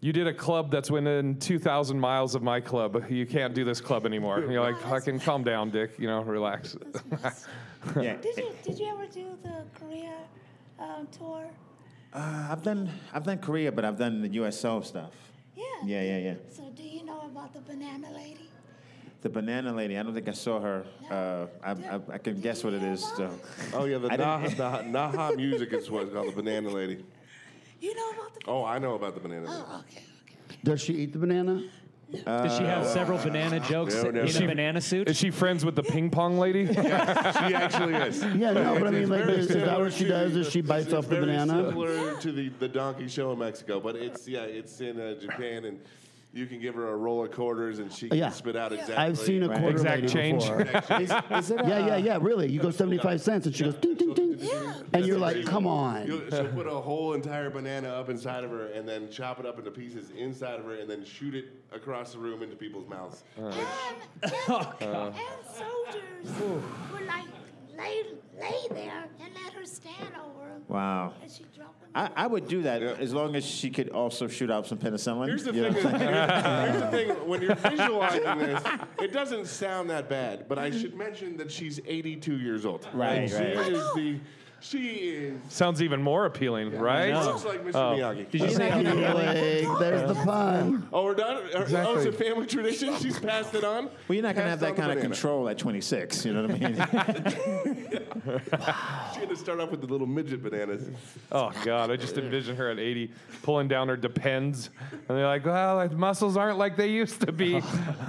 Speaker 3: you did a club that's within 2,000 miles of my club. You can't do this club anymore. And you're like, fucking calm down, Dick. You know, relax.
Speaker 5: That's messed up.
Speaker 7: Yeah.
Speaker 5: Did you did you ever do the Korea um, tour?
Speaker 7: Uh, I've done I've done Korea, but I've done the USO stuff.
Speaker 5: Yeah.
Speaker 7: Yeah, yeah, yeah.
Speaker 5: So do you know about the banana lady?
Speaker 7: The banana lady. I don't think I saw her. Uh, I, I, I can guess what it is. So.
Speaker 1: Oh yeah, the
Speaker 7: I didn't-
Speaker 1: Naha, Naha, Naha music is what's called the banana lady.
Speaker 5: You know about the.
Speaker 1: Oh, I know about the banana lady.
Speaker 5: Oh, okay, okay.
Speaker 4: Does she eat the banana?
Speaker 6: Does she have several banana jokes
Speaker 1: no, no.
Speaker 6: in
Speaker 1: She-
Speaker 6: a banana suit?
Speaker 3: Is she friends with the ping pong lady?
Speaker 1: She actually is.
Speaker 4: Yeah, no, but I mean, like,
Speaker 1: Very
Speaker 4: is, is that
Speaker 1: similar
Speaker 4: what she
Speaker 1: to
Speaker 4: does?
Speaker 1: the-
Speaker 4: Is she bites
Speaker 1: it's
Speaker 4: off the
Speaker 1: very
Speaker 4: banana?
Speaker 1: Similar to the, the donkey show in Mexico, but it's yeah, it's in uh, Japan, and you can give her a roll of quarters, and she can
Speaker 4: Yeah.
Speaker 1: spit out exactly.
Speaker 4: I've seen a
Speaker 7: Right.
Speaker 4: quarter
Speaker 3: Exact
Speaker 4: lady
Speaker 3: change.
Speaker 4: before.
Speaker 7: is, is it a,
Speaker 4: Yeah, yeah, yeah. Really, you go seventy-five cents, and she goes ding, ding, ding,
Speaker 5: Yeah.
Speaker 4: and you're like, come
Speaker 1: You'll,
Speaker 4: on.
Speaker 1: she'll put a whole entire banana up inside of her, and then chop it up into pieces inside of her, and then shoot it across the room into people's mouths.
Speaker 5: And, and, and soldiers would like lay, lay there and let her stand over them.
Speaker 7: Wow.
Speaker 5: And she dropped them.
Speaker 7: I, I would do that
Speaker 1: Yeah.
Speaker 7: as long as she could also shoot out some penicillin.
Speaker 1: Here's the
Speaker 7: You know
Speaker 1: thing.
Speaker 7: what
Speaker 1: Is,
Speaker 7: I'm saying?
Speaker 1: here's, here's the thing. When you're visualizing this, it doesn't sound that bad. But I should mention that she's 82 years old.
Speaker 7: Right,
Speaker 1: Like,
Speaker 7: right,
Speaker 1: She
Speaker 7: right.
Speaker 1: is the. She is.
Speaker 3: Sounds even more appealing, right?
Speaker 1: She looks like Mr. Miyagi.
Speaker 6: Oh. Did you say
Speaker 4: Like, there's the pun.
Speaker 1: Oh, we're done. Or- Oh, it's
Speaker 3: Exactly.
Speaker 1: a family tradition. She's passed it on.
Speaker 7: Well, you're not going to have
Speaker 1: Passed on the
Speaker 7: that kind of
Speaker 1: banana.
Speaker 7: control at 26. You know what I mean?
Speaker 1: She's going to start off with the little midget bananas.
Speaker 3: Oh God, I just envision her at 80 pulling down her depends, and they're like, "Well, the muscles aren't like they used to be.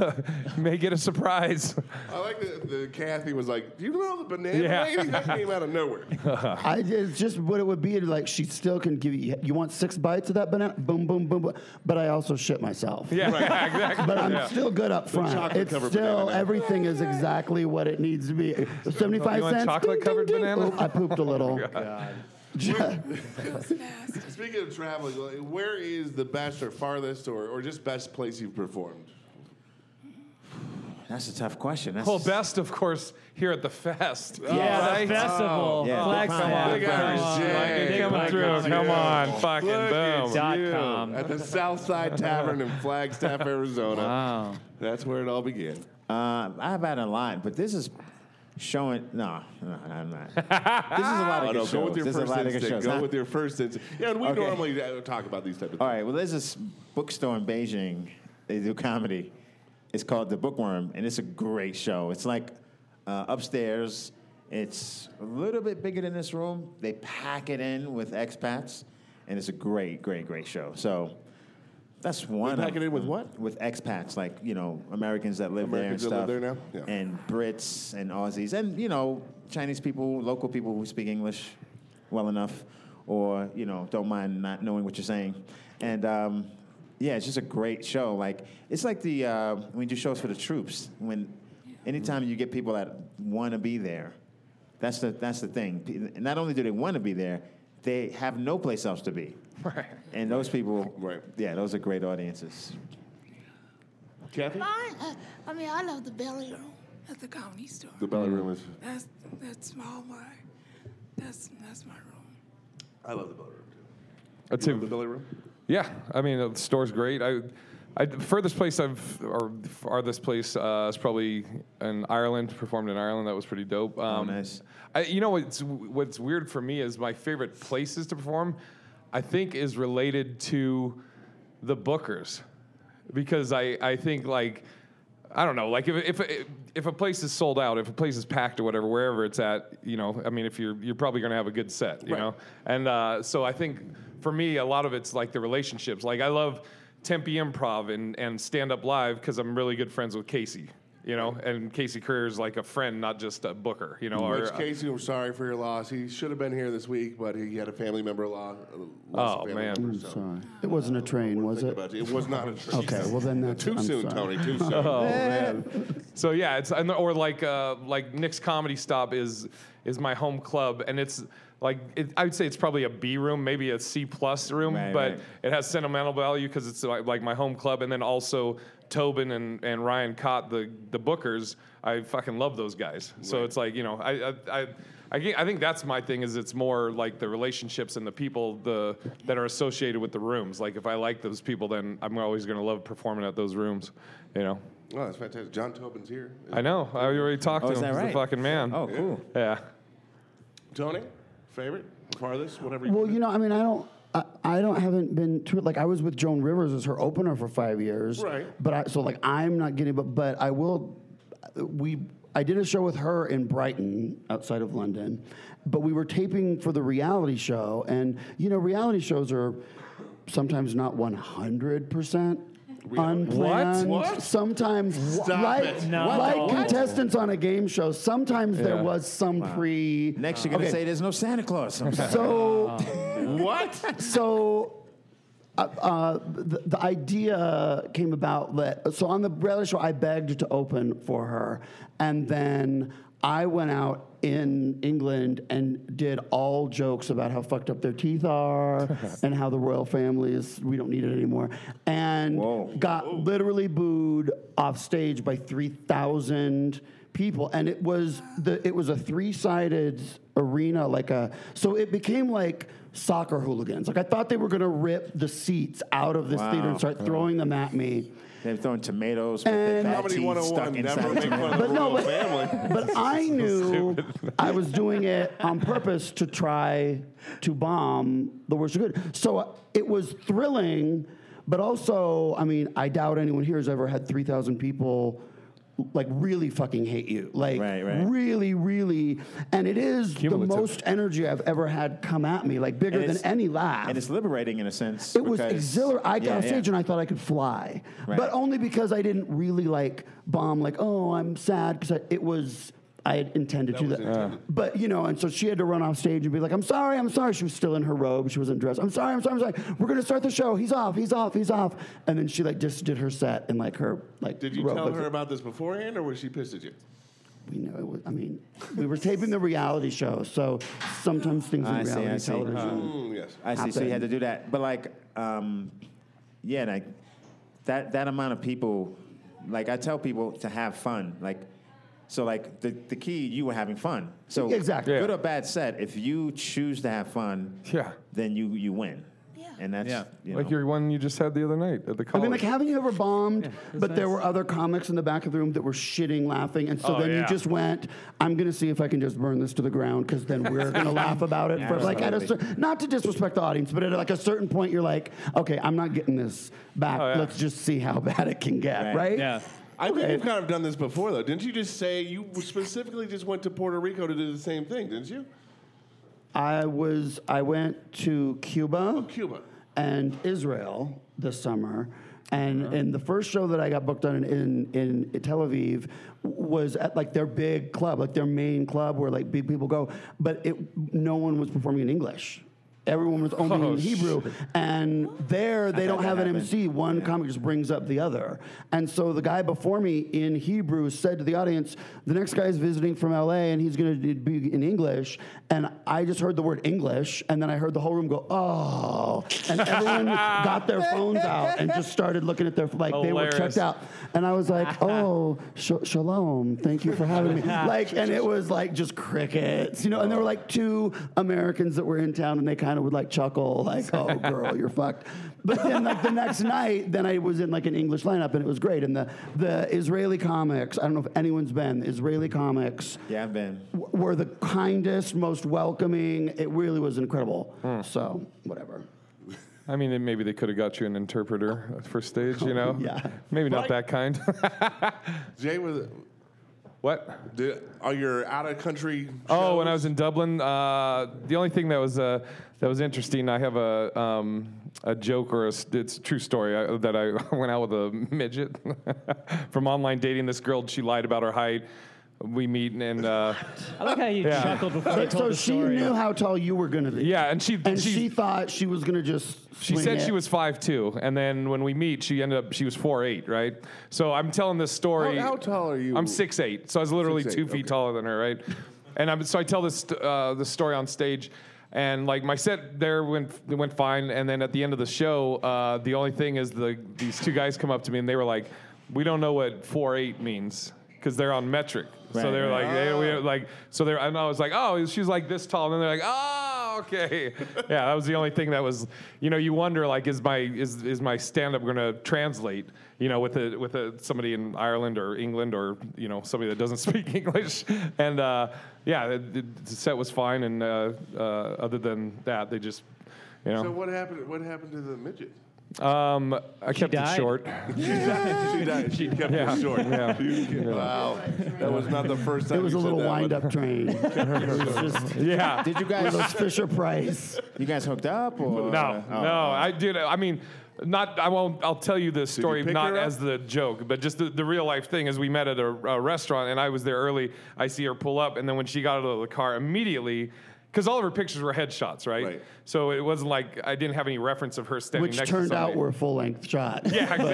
Speaker 3: May get a surprise."
Speaker 1: I like that the Kathy was like, "Do you know the banana
Speaker 3: Yeah.
Speaker 1: lady that came out of nowhere?"
Speaker 4: I, it's just what it would be. Like she still can give you. You want six bites of that banana? Boom, boom, boom, boom. But I also shit myself.
Speaker 3: Yeah, exactly.
Speaker 4: But I'm
Speaker 3: Yeah.
Speaker 4: still good up front.
Speaker 1: chocolate
Speaker 4: It's
Speaker 1: covered
Speaker 4: still
Speaker 1: banana.
Speaker 4: everything is exactly what it needs to be.
Speaker 3: You
Speaker 4: Seventy-five
Speaker 3: want
Speaker 4: cents.
Speaker 3: chocolate covered banana?
Speaker 4: Oh, I pooped a little.
Speaker 1: Speaking of traveling, like, where is the best or farthest or, or just best place you've performed?
Speaker 7: That's a tough question. That's
Speaker 3: Well, best, of course, here at the fest.
Speaker 6: yeah, the
Speaker 3: Right?
Speaker 1: Oh,
Speaker 6: festival.
Speaker 7: Yeah.
Speaker 6: Flagstaff.
Speaker 7: Come on,
Speaker 6: Come
Speaker 1: guys.
Speaker 6: on.
Speaker 1: Yeah.
Speaker 6: Come
Speaker 3: Coming
Speaker 6: on.
Speaker 3: through. Come on, fucking
Speaker 1: Look at
Speaker 3: boom.
Speaker 6: Dot
Speaker 1: you
Speaker 6: com.
Speaker 1: at the Southside Tavern in Flagstaff, Arizona.
Speaker 6: Wow.
Speaker 1: That's where it all began.
Speaker 7: Uh, I've had a lot, but this is showing. No, no, I'm not. This is a lot of
Speaker 1: Oh,
Speaker 7: good
Speaker 1: no,
Speaker 7: shows.
Speaker 1: go with your
Speaker 7: This is a
Speaker 1: first
Speaker 7: lot of good
Speaker 1: instinct.
Speaker 7: shows.
Speaker 1: Go
Speaker 7: Not-
Speaker 1: with your first instinct. Yeah, and we
Speaker 7: Okay.
Speaker 1: normally uh, talk about these type of
Speaker 7: All
Speaker 1: things.
Speaker 7: right. Well, there's this bookstore in Beijing. They do comedy. It's called The Bookworm, and it's a great show. It's like uh, upstairs. It's a little bit bigger than this room. They pack it in with expats, and it's a great, great, great show. So that's one.
Speaker 1: pack
Speaker 7: of-
Speaker 1: it in with what?
Speaker 7: With expats, like you know Americans that live
Speaker 1: Americans that
Speaker 7: there and
Speaker 1: live
Speaker 7: stuff.
Speaker 1: there now? Yeah.
Speaker 7: And Brits and Aussies, and you know Chinese people, local people who speak English well enough, or you know don't mind not knowing what you're saying. And um, yeah, it's just a great show. Like it's like the uh, when you do shows for the troops. When anytime you get people that want to be there, that's the that's the thing. P- Not only do they want to be there, they have no place else to be. Right. And those people,
Speaker 1: Right.
Speaker 7: Yeah, those are great audiences.
Speaker 1: Kathy?
Speaker 5: Mine, uh, I mean, I love the belly room at the comedy store.
Speaker 1: The belly room is.
Speaker 5: That's that's my my- that's that's my room.
Speaker 1: I love the belly room too.
Speaker 3: That's
Speaker 1: You love
Speaker 3: it.
Speaker 1: the belly room.
Speaker 3: Yeah, I mean the store's great. I I, the furthest place I've or farthest place uh, is probably in Ireland. Performed in Ireland, that was pretty dope. Um,
Speaker 7: nice.
Speaker 3: I, you know what's what's weird for me is my favorite places to perform. I think is related to the bookers because I I think like I don't know like if if if a place is sold out, if a place is packed or whatever, wherever it's at, you know, I mean, if you're you're probably going to have a good set, you
Speaker 1: Right.
Speaker 3: know, and uh, so I think for me a lot of it's like the relationships. Like I love Tempe Improv and and stand up live because I'm really good friends with Casey. You know, and Casey Career is like a friend, not just a booker. You know, or
Speaker 1: Which
Speaker 3: uh,
Speaker 1: Casey, we're sorry for your loss. He should have been here this week, but he had a family member loss. lost a
Speaker 3: Oh,
Speaker 1: family
Speaker 3: man.
Speaker 1: member,
Speaker 4: I'm
Speaker 1: so
Speaker 4: sorry. It wasn't a train, was
Speaker 1: think
Speaker 4: it?
Speaker 1: about it. It was not a train.
Speaker 4: Okay, well then that's
Speaker 1: Too
Speaker 4: I'm
Speaker 1: soon,
Speaker 4: sorry.
Speaker 1: Tony. Too soon.
Speaker 3: So yeah, it's and or like uh, like Nick's Comedy Stop is is my home club, and it's like it, I would say it's probably a B room, maybe a C plus room,
Speaker 7: Right,
Speaker 3: but
Speaker 7: right.
Speaker 3: it has sentimental value because it's like, like my home club, and then also Tobin and, and Ryan Cott, the the bookers. I fucking love those guys. So it's like you know I I. I I ge- I think that's my thing is it's more like the relationships and the people the that are associated with the rooms. Like if I like those people, then I'm always going to love performing at those rooms, you know.
Speaker 1: Oh, that's fantastic. John Tobin's here.
Speaker 3: I know. I already talked
Speaker 7: Oh,
Speaker 3: to
Speaker 7: is
Speaker 3: him.
Speaker 7: that
Speaker 3: He's
Speaker 7: right?
Speaker 3: the fucking man.
Speaker 7: Oh, cool.
Speaker 3: Yeah.
Speaker 1: Tony, favorite, farthest, whatever. You
Speaker 4: Well, you know, I mean, I don't. I, I don't haven't been to it. Like I was with Joan Rivers as her opener for five years,
Speaker 1: Right.
Speaker 4: But I so like I'm not getting, but but I will. We I did a show with her in Brighton, outside of London, but we were taping for the reality show, and you know, reality shows are sometimes not 100 percent unplanned.
Speaker 1: What?
Speaker 4: Sometimes
Speaker 1: Stop
Speaker 4: like
Speaker 1: it.
Speaker 4: like contestants on a game show. Sometimes there
Speaker 3: Yeah.
Speaker 4: was some pre.
Speaker 7: Next, you're gonna
Speaker 4: Okay.
Speaker 7: say there's no Santa Claus.
Speaker 4: so
Speaker 1: what?
Speaker 4: so uh, uh, the, the idea came about that so on the reality show i begged to open for her and then i went out in england and did all jokes about how fucked up their teeth are and how the royal family is we don't need it anymore and
Speaker 7: Whoa.
Speaker 4: got literally booed off stage by 3000 people and it was the it was a three-sided arena like a so it became like soccer hooligans like i thought they were going to rip the seats out of this theater and
Speaker 7: Wow.
Speaker 4: start throwing them at me
Speaker 7: They've thrown tomatoes, but
Speaker 4: And-
Speaker 7: the bad
Speaker 1: Comedy
Speaker 7: teeth
Speaker 1: 101.
Speaker 7: stuck
Speaker 1: Never
Speaker 7: inside.
Speaker 1: make fun of the
Speaker 4: But no,
Speaker 1: royal
Speaker 4: but-
Speaker 1: family.
Speaker 4: but i knew i was doing it on purpose to try to bomb the worst of good so uh, it was thrilling but also i mean i doubt anyone here has ever had 3000 people like really fucking hate you like
Speaker 7: Right, right.
Speaker 4: really really and it is
Speaker 3: Cumulative.
Speaker 4: the most energy i've ever had come at me like bigger
Speaker 7: And
Speaker 4: than
Speaker 7: it's-
Speaker 4: any laugh
Speaker 7: And it's liberating in a sense.
Speaker 4: it was
Speaker 7: because-
Speaker 4: exhilarating. I got
Speaker 7: Yeah,
Speaker 4: on stage
Speaker 7: yeah.
Speaker 4: and I thought I could fly,
Speaker 7: Right.
Speaker 4: but only because I didn't really like bomb. Like, oh, I'm sad because it was I had intended to.
Speaker 1: was
Speaker 4: That,
Speaker 7: Uh.
Speaker 1: intended.
Speaker 4: But you know, and so she had to run off stage and be like, "I'm sorry, I'm sorry." She was still in her robe. She wasn't dressed. I'm sorry, I'm sorry, I'm sorry. We're gonna start the show. He's off. He's off. He's off. And then she like just did her set in like her like.
Speaker 1: Did you
Speaker 4: robe.
Speaker 1: tell
Speaker 4: Like,
Speaker 1: her about this beforehand, or was she pissed at you?
Speaker 4: You know, it was, I mean, we were taping the reality show, so sometimes things in
Speaker 7: I see, I
Speaker 4: reality
Speaker 7: see.
Speaker 4: television.
Speaker 1: Mm, yes.
Speaker 7: I see. So you
Speaker 4: happened.
Speaker 7: had to do that, but like, um, yeah, like that that amount of people. Like I tell people to have fun. Like, so like the the key you were having fun. So
Speaker 4: Exactly.
Speaker 3: Yeah.
Speaker 7: good or bad set. If you choose to have fun,
Speaker 3: Yeah.
Speaker 7: then you you win.
Speaker 5: Yeah.
Speaker 7: And that's
Speaker 6: Yeah.
Speaker 7: you know,
Speaker 3: Like your one you just had the other night at the
Speaker 4: I
Speaker 3: college.
Speaker 4: mean, like, haven't you ever bombed? but there
Speaker 6: nice.
Speaker 4: were other comics in the back of the room that were shitting, laughing, and so
Speaker 3: Oh,
Speaker 4: then you
Speaker 3: yeah.
Speaker 4: just went, "I'm gonna see if I can just burn this to the ground," because then we're gonna laugh about it. for, like at a cer- not to disrespect the audience, but at like a certain point, you're like, "Okay, I'm not getting this back.
Speaker 3: Oh, yeah.
Speaker 4: Let's just see how bad it can get." Right?
Speaker 7: Right.
Speaker 6: Yeah.
Speaker 1: I think you've kind of done this before, though. Didn't you just say you specifically just went to Puerto Rico to do the same thing, didn't you?
Speaker 4: I was. I went to Cuba.
Speaker 1: Cuba.
Speaker 4: and Israel this summer. And, and the first show that I got booked on in, in, in Tel Aviv was at like their big club, like their main club where like big people go. But it, no one was performing in English. Everyone was only
Speaker 3: Oh,
Speaker 4: in Hebrew. And there they don't
Speaker 7: that
Speaker 4: have an
Speaker 7: happened.
Speaker 4: MC. One comic just brings up the other. And so the guy before me in Hebrew said to the audience, the next guy is visiting from LA and he's going to be in English. And I just heard the word English. And then I heard the whole room go, oh. And everyone got their phones out and just started looking at their, like they were checked
Speaker 3: Hilarious.
Speaker 4: out. And I was like, oh, sh- shalom. Thank you for having me. Like, and it was like just crickets, you know. And there were like two Americans that were in town and they kind of kind of would like chuckle, like, "Oh, girl, you're fucked." But then, like the next night, then I was in like an English lineup, and it was great. And the the Israeli comics, I don't know if anyone's been. Israeli comics
Speaker 7: Yeah, I've been.
Speaker 4: w- were the kindest, most welcoming. It really was incredible.
Speaker 3: Hmm.
Speaker 4: So whatever.
Speaker 3: I mean, then maybe they could have got you an interpreter for stage, you know?
Speaker 4: Yeah.
Speaker 3: Maybe not
Speaker 1: Right.
Speaker 3: that kind.
Speaker 1: Jay, was,
Speaker 3: what?
Speaker 1: did, are your out of country?
Speaker 3: Oh, when I was in Dublin, uh, the only thing that was uh, that was interesting, I have a um, a joke or a, s- it's a true story I, that I went out with a midget from online dating this girl. and She lied about her height. We meet and uh,
Speaker 8: I like how you
Speaker 3: Yeah.
Speaker 8: chuckled before you
Speaker 4: Like,
Speaker 8: told
Speaker 4: so
Speaker 8: the
Speaker 4: she
Speaker 8: story.
Speaker 4: knew how tall you were gonna be.
Speaker 3: yeah, and she
Speaker 4: And
Speaker 3: she,
Speaker 4: she, thought she was gonna just.
Speaker 3: She
Speaker 4: swing
Speaker 3: said
Speaker 4: it.
Speaker 3: she was five two, and then when we meet, she ended up she was four eight, right? So I'm telling this story.
Speaker 1: How- how tall are you?
Speaker 3: I'm six eight, so I was literally
Speaker 1: 6'8",,
Speaker 3: two feet
Speaker 1: okay.
Speaker 3: taller than her, right? And I'm so I tell this uh, the story on stage, and like my set there went it went fine, and then at the end of the show, uh, the only thing is the these two guys come up to me and they were like, "We don't know what four eight means." Because they're on metric, so
Speaker 7: Right,
Speaker 3: they're
Speaker 7: right.
Speaker 3: like, they, we,
Speaker 1: Oh.
Speaker 3: like, so they're, and I was like, oh, she's like this tall, and then they're like, oh, okay, yeah, that was the only thing that was, you know, you wonder like, is my is is my stand up gonna translate, you know, with a with a somebody in Ireland or England or you know somebody that doesn't speak English, and uh, yeah, the, the- the set was fine, and uh, uh, other than that, they just, you
Speaker 1: So
Speaker 3: know,
Speaker 1: what happened? What happened to the midget?
Speaker 3: um, I kept it
Speaker 8: died.
Speaker 3: short.
Speaker 1: She died. She died. She kept
Speaker 3: Yeah.
Speaker 1: it short.
Speaker 3: Yeah.
Speaker 1: You can- Wow, that was not the first time.
Speaker 4: It was a
Speaker 1: you said
Speaker 4: little
Speaker 1: that one.
Speaker 4: wind-up train. it was just
Speaker 3: Yeah.
Speaker 7: Did you
Speaker 4: one of
Speaker 7: guys
Speaker 4: those Fisher Price.
Speaker 7: you guys hooked up or
Speaker 3: No,
Speaker 7: Oh.
Speaker 3: no, I did. I mean, not. I won't. I'll tell you the story
Speaker 1: pick
Speaker 3: not
Speaker 1: her up?
Speaker 3: as the joke, but just the, the real life thing. Is we met at a, a restaurant, and I was there early. I see her pull up, and then when she got out of the car, immediately. Because all of her pictures were headshots, right?
Speaker 1: Right.
Speaker 3: So it wasn't like I didn't have any reference of her standing
Speaker 4: which
Speaker 3: next to
Speaker 4: turned
Speaker 3: somebody.
Speaker 4: out were full length shot.
Speaker 3: Yeah, exactly.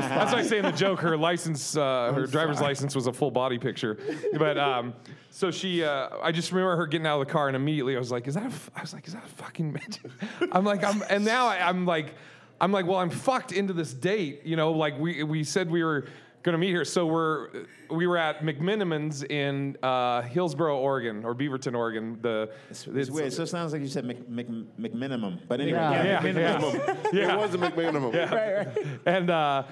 Speaker 3: That's why I say in the joke, her license, uh, her driver's license was a full body picture. But um, so she, uh, I just remember her getting out of the car, and immediately I was like, "Is that?" A f-? I was like, "Is that a fucking midget?" I'm like, I'm, and now I, I'm like, I'm like, well, I'm fucked into this date. You know, like we we said we were gonna meet here, so we're we were at McMinniman's in uh, Hillsboro, Oregon, or Beaverton, Oregon. The
Speaker 7: It's, it's weird. So it sounds like you said Mc, Mc, McMinimum, but anyway,
Speaker 4: Yeah.
Speaker 3: yeah, yeah.
Speaker 1: It was a McManimum.
Speaker 3: and uh,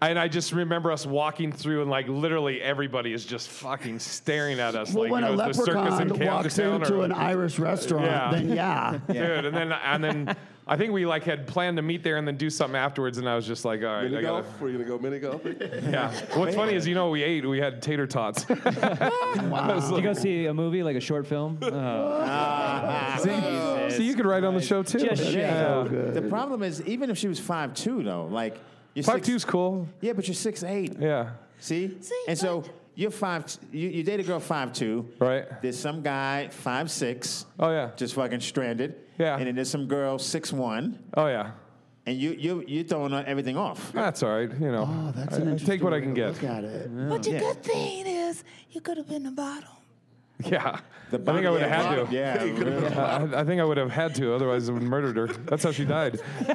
Speaker 3: and I just remember us walking through, and like literally everybody is just fucking staring at us,
Speaker 4: Well,
Speaker 3: like
Speaker 4: when
Speaker 3: you
Speaker 4: a
Speaker 3: know, the circus in
Speaker 4: leprechaun
Speaker 3: Camden
Speaker 4: walks
Speaker 3: Town
Speaker 4: into
Speaker 3: or,
Speaker 4: an Irish restaurant,
Speaker 3: Yeah.
Speaker 4: then yeah.
Speaker 3: dude. And then and then I think we like had planned to meet there and then do something afterwards, and I was just like, all right,
Speaker 1: Mini
Speaker 3: I gotta,
Speaker 1: golf? Were you gonna go mini golf?
Speaker 3: yeah. What's funny is you know what we ate we had tater tots.
Speaker 6: Did you go see a movie like a short film? Oh.
Speaker 7: Uh,
Speaker 3: Oh, see, see, you could write on the show too.
Speaker 8: Just shit.
Speaker 3: Oh,
Speaker 7: Yeah. The problem is, even if she was five two, though, like you're
Speaker 3: Five
Speaker 7: six-
Speaker 3: two's cool.
Speaker 7: Yeah, but you're six eight.
Speaker 3: Yeah.
Speaker 7: See?
Speaker 5: See,
Speaker 7: and so
Speaker 5: but-
Speaker 7: you're five. You, you date a girl five two.
Speaker 3: Right.
Speaker 7: There's some guy five six.
Speaker 3: Oh, yeah.
Speaker 7: Just fucking stranded.
Speaker 3: Yeah.
Speaker 7: And then there's some girl six one,
Speaker 3: Oh yeah.
Speaker 7: and you you you're throwing everything off.
Speaker 3: That's all right. You know.
Speaker 4: Oh, that's
Speaker 3: I-
Speaker 4: an
Speaker 3: I
Speaker 4: interesting
Speaker 3: take what I
Speaker 4: way
Speaker 3: can
Speaker 4: to
Speaker 3: get.
Speaker 4: Look at it.
Speaker 5: But the good thing is, you could have been the bottom.
Speaker 3: Yeah.
Speaker 7: The
Speaker 3: I think I would have
Speaker 7: yeah,
Speaker 3: had to.
Speaker 7: Yeah. really.
Speaker 3: Uh, I, I think I would have had to, otherwise I would have murdered her. That's how she died.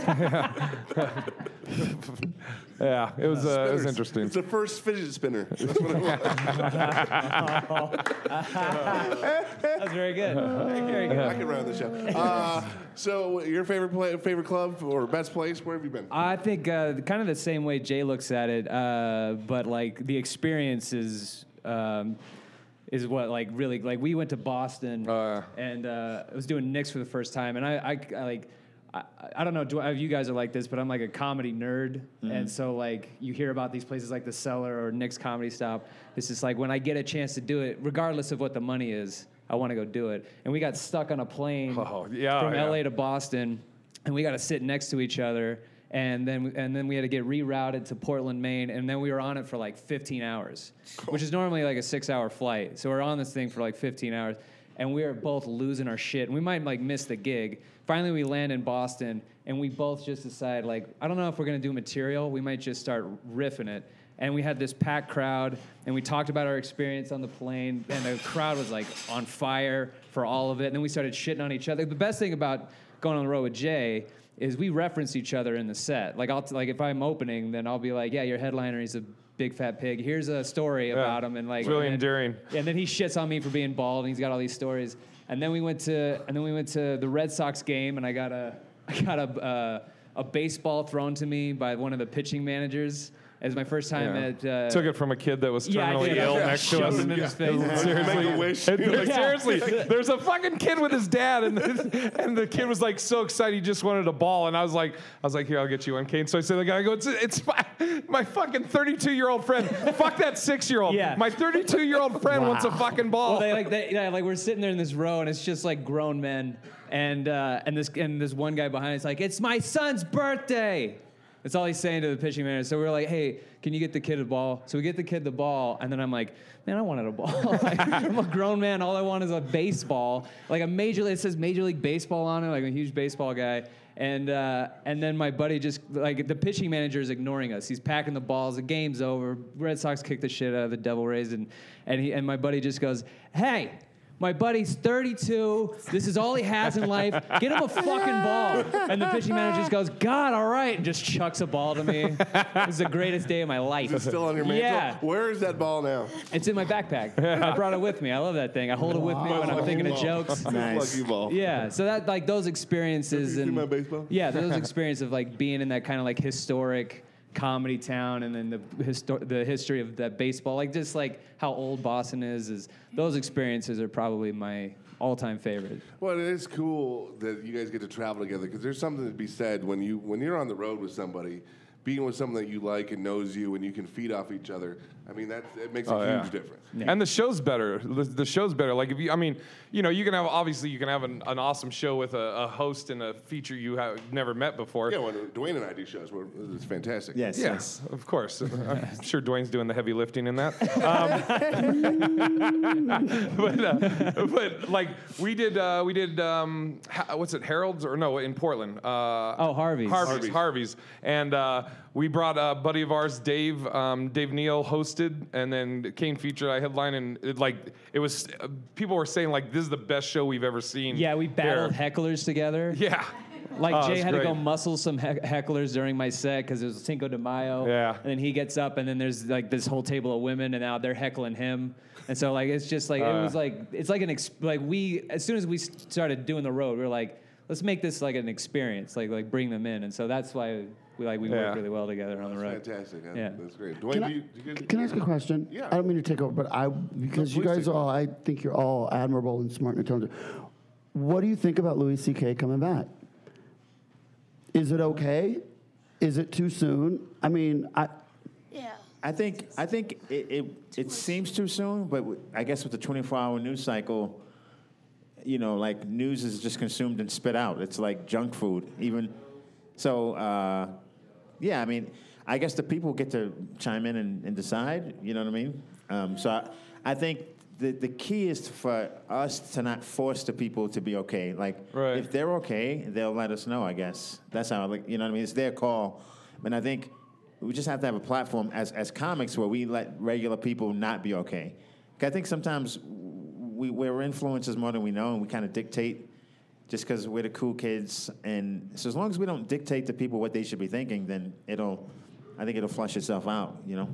Speaker 3: yeah, it was uh, it was interesting.
Speaker 1: It's the first fidget spinner. That's what it was.
Speaker 8: That's very good.
Speaker 1: I can round the show. Uh, so, your favorite play, favorite club or best place? Where have you been?
Speaker 6: I think uh, kind of the same way Jay looks at it, uh, but like the experience is um, is what like really like we went to Boston
Speaker 3: Oh,
Speaker 6: and uh, I was doing Knicks for the first time, and I, I, I like. I, I don't know do I, you guys are like this, but I'm like a comedy nerd,
Speaker 3: Mm-hmm.
Speaker 6: and so like you hear about these places like the Cellar or Nick's Comedy Stop. It's just like when I get a chance to do it, regardless of what the money is, I want to go do it. And we got stuck on a plane
Speaker 3: Oh, yeah,
Speaker 6: from
Speaker 3: yeah.
Speaker 6: LA to Boston, and we got to sit next to each other, and then and then we had to get rerouted to Portland, Maine, and then we were on it for like 15 hours, which is normally like a six-hour flight. So we're on this thing for like 15 hours, and we are both losing our shit, and we might like miss the gig. Finally, we land in Boston, and we both just decide like I don't know if we're gonna do material. We might just start riffing it. And we had this packed crowd, and we talked about our experience on the plane, and the crowd was like on fire for all of it. And then we started shitting on each other. The best thing about going on the road with Jay is we reference each other in the set. Like I'll t- like if I'm opening, then I'll be like, "Yeah, your headliner is a big fat pig. Here's a story about him, and like
Speaker 3: It's really
Speaker 6: and then-
Speaker 3: endearing.
Speaker 6: Yeah, and then he shits on me for being bald, and he's got all these stories. And then we went to and then we went to the Red Sox game, and I got a I got a uh, a baseball thrown to me by one of the pitching managers. It was my first time
Speaker 3: Yeah.
Speaker 6: at. Uh,
Speaker 3: Took it from a kid that was
Speaker 6: Yeah, I
Speaker 3: terminally
Speaker 6: did.
Speaker 3: ill
Speaker 6: Yeah.
Speaker 3: next to
Speaker 6: Shoved
Speaker 3: us.
Speaker 6: him in his face.
Speaker 3: Yeah.
Speaker 1: Make a wish.
Speaker 3: It's like,
Speaker 6: Yeah.
Speaker 3: Seriously, there's a fucking kid with his dad, and the, and the kid was like so excited he just wanted a ball, and I was like, I was like, here I'll get you one, Kane. So I said, to the guy, I go, it's it's my, my fucking 32 year old friend. Fuck that six year old.
Speaker 6: Yeah.
Speaker 3: My 32 year old friend wants a fucking ball.
Speaker 6: Well, they like they, yeah, like we're sitting there in this row, and it's just like grown men, and uh, and this and this one guy behind us like, it's my son's birthday. That's all he's saying to the pitching manager. So we're like, hey, can you get the kid a ball? So we get the kid the ball, and then I'm like, man, I wanted a ball. Like, I'm a grown man. All I want is a baseball, like a major. League, it says Major League Baseball on it. Like I'm a huge baseball guy. And uh, and then my buddy just like the pitching manager is ignoring us. He's packing the balls. The game's over. Red Sox kick the shit out of the Devil Rays, and and he and my buddy just goes, "Hey, my buddy's 32. This is all he has in life. Get him a fucking ball." And the pitching manager just goes, "God, all right," and just chucks a ball to me. It was the greatest day of my life.
Speaker 1: It's still on your mantle.
Speaker 6: Yeah.
Speaker 1: Where is that ball now?
Speaker 6: It's in my backpack. I brought it with me. I love that thing. I hold it with me when I'm thinking of jokes.
Speaker 7: Nice.
Speaker 1: Lucky ball.
Speaker 6: Yeah, so that like those experiences
Speaker 1: You see
Speaker 6: and
Speaker 1: my baseball?
Speaker 6: yeah, those experiences of like being in that kind of like historic comedy town, and then the histo- the history of that baseball, like just like how old Boston is, is those experiences are probably my all time favorite.
Speaker 1: Well, it is cool that you guys get to travel together because there's something to be said when you when you're on the road with somebody, being with someone that you like and knows you, and you can feed off each other. I mean, that's it makes
Speaker 3: Oh,
Speaker 1: a
Speaker 3: yeah.
Speaker 1: huge difference.
Speaker 3: And the show's better. The, the show's better. Like if you, I mean, you know, you can have obviously you can have an, an awesome show with a, a host and a feature you have never met before.
Speaker 1: Yeah, when Dwayne and I do shows, we're, it's fantastic.
Speaker 7: Yes.
Speaker 3: Yeah,
Speaker 7: Yes.
Speaker 3: of course. I'm sure Dwayne's doing the heavy lifting in that. Um, but, uh, but like we did, uh, we did um, ha- what's it, Harold's or no, in Portland. Uh,
Speaker 6: Oh, Harvey's.
Speaker 3: Harvey's,
Speaker 1: Harvey's.
Speaker 3: Harvey's, and uh, we brought a buddy of ours, Dave. Um, Dave Neal hosted, and then Kane featured. I headline, and it, like it was, uh, people were saying like this is the best show we've ever seen.
Speaker 6: Yeah, we battled
Speaker 3: here.
Speaker 6: hecklers together.
Speaker 3: Yeah.
Speaker 6: Like
Speaker 3: Oh,
Speaker 6: Jay
Speaker 3: it's
Speaker 6: had to go
Speaker 3: great.
Speaker 6: muscle some he- hecklers during my set because it was Cinco de Mayo.
Speaker 3: Yeah.
Speaker 6: And then he gets up, and then there's like this whole table of women, and now they're heckling him. And so like it's just like it
Speaker 3: Oh, yeah.
Speaker 6: was like it's like an ex- like we as soon as we s- started doing the road, we were like let's make this like an experience, like like bring them in, and so that's why we like we
Speaker 3: Yeah.
Speaker 6: work really well together on the road.
Speaker 1: fantastic. That-
Speaker 6: Yeah.
Speaker 1: that's great. Dwayne,
Speaker 4: Can
Speaker 1: do
Speaker 4: I,
Speaker 1: you, do you guys,
Speaker 4: can I ask a question?
Speaker 1: Yeah.
Speaker 4: I don't mean to take over, but I because
Speaker 1: No,
Speaker 4: you
Speaker 1: please
Speaker 4: guys
Speaker 1: take
Speaker 4: all, I think you're all admirable and smart and intelligent. What do you think about Louis C.K. coming back? Is it okay? Is it too soon? I mean, I
Speaker 5: Yeah.
Speaker 7: I think I think it it, it seems too soon, but w- I guess with the 24-hour news cycle, you know, like news is just consumed and spit out. It's like junk food. Even so, uh, yeah. I mean, I guess the people get to chime in and, and decide. You know what I mean? Um, so I, I think the the key is for us to not force the people to be okay. Like
Speaker 3: Right.
Speaker 7: if they're okay, they'll let us know. I guess that's how. I look- You know what I mean? It's their call, and I think we just have to have a platform as as comics where we let regular people not be okay. 'Cause I think sometimes we, we're influences more than we know, and we kind of dictate just because we're the cool kids. And so as long as we don't dictate to people what they should be thinking, then it'll, I think it'll flush itself out, you know?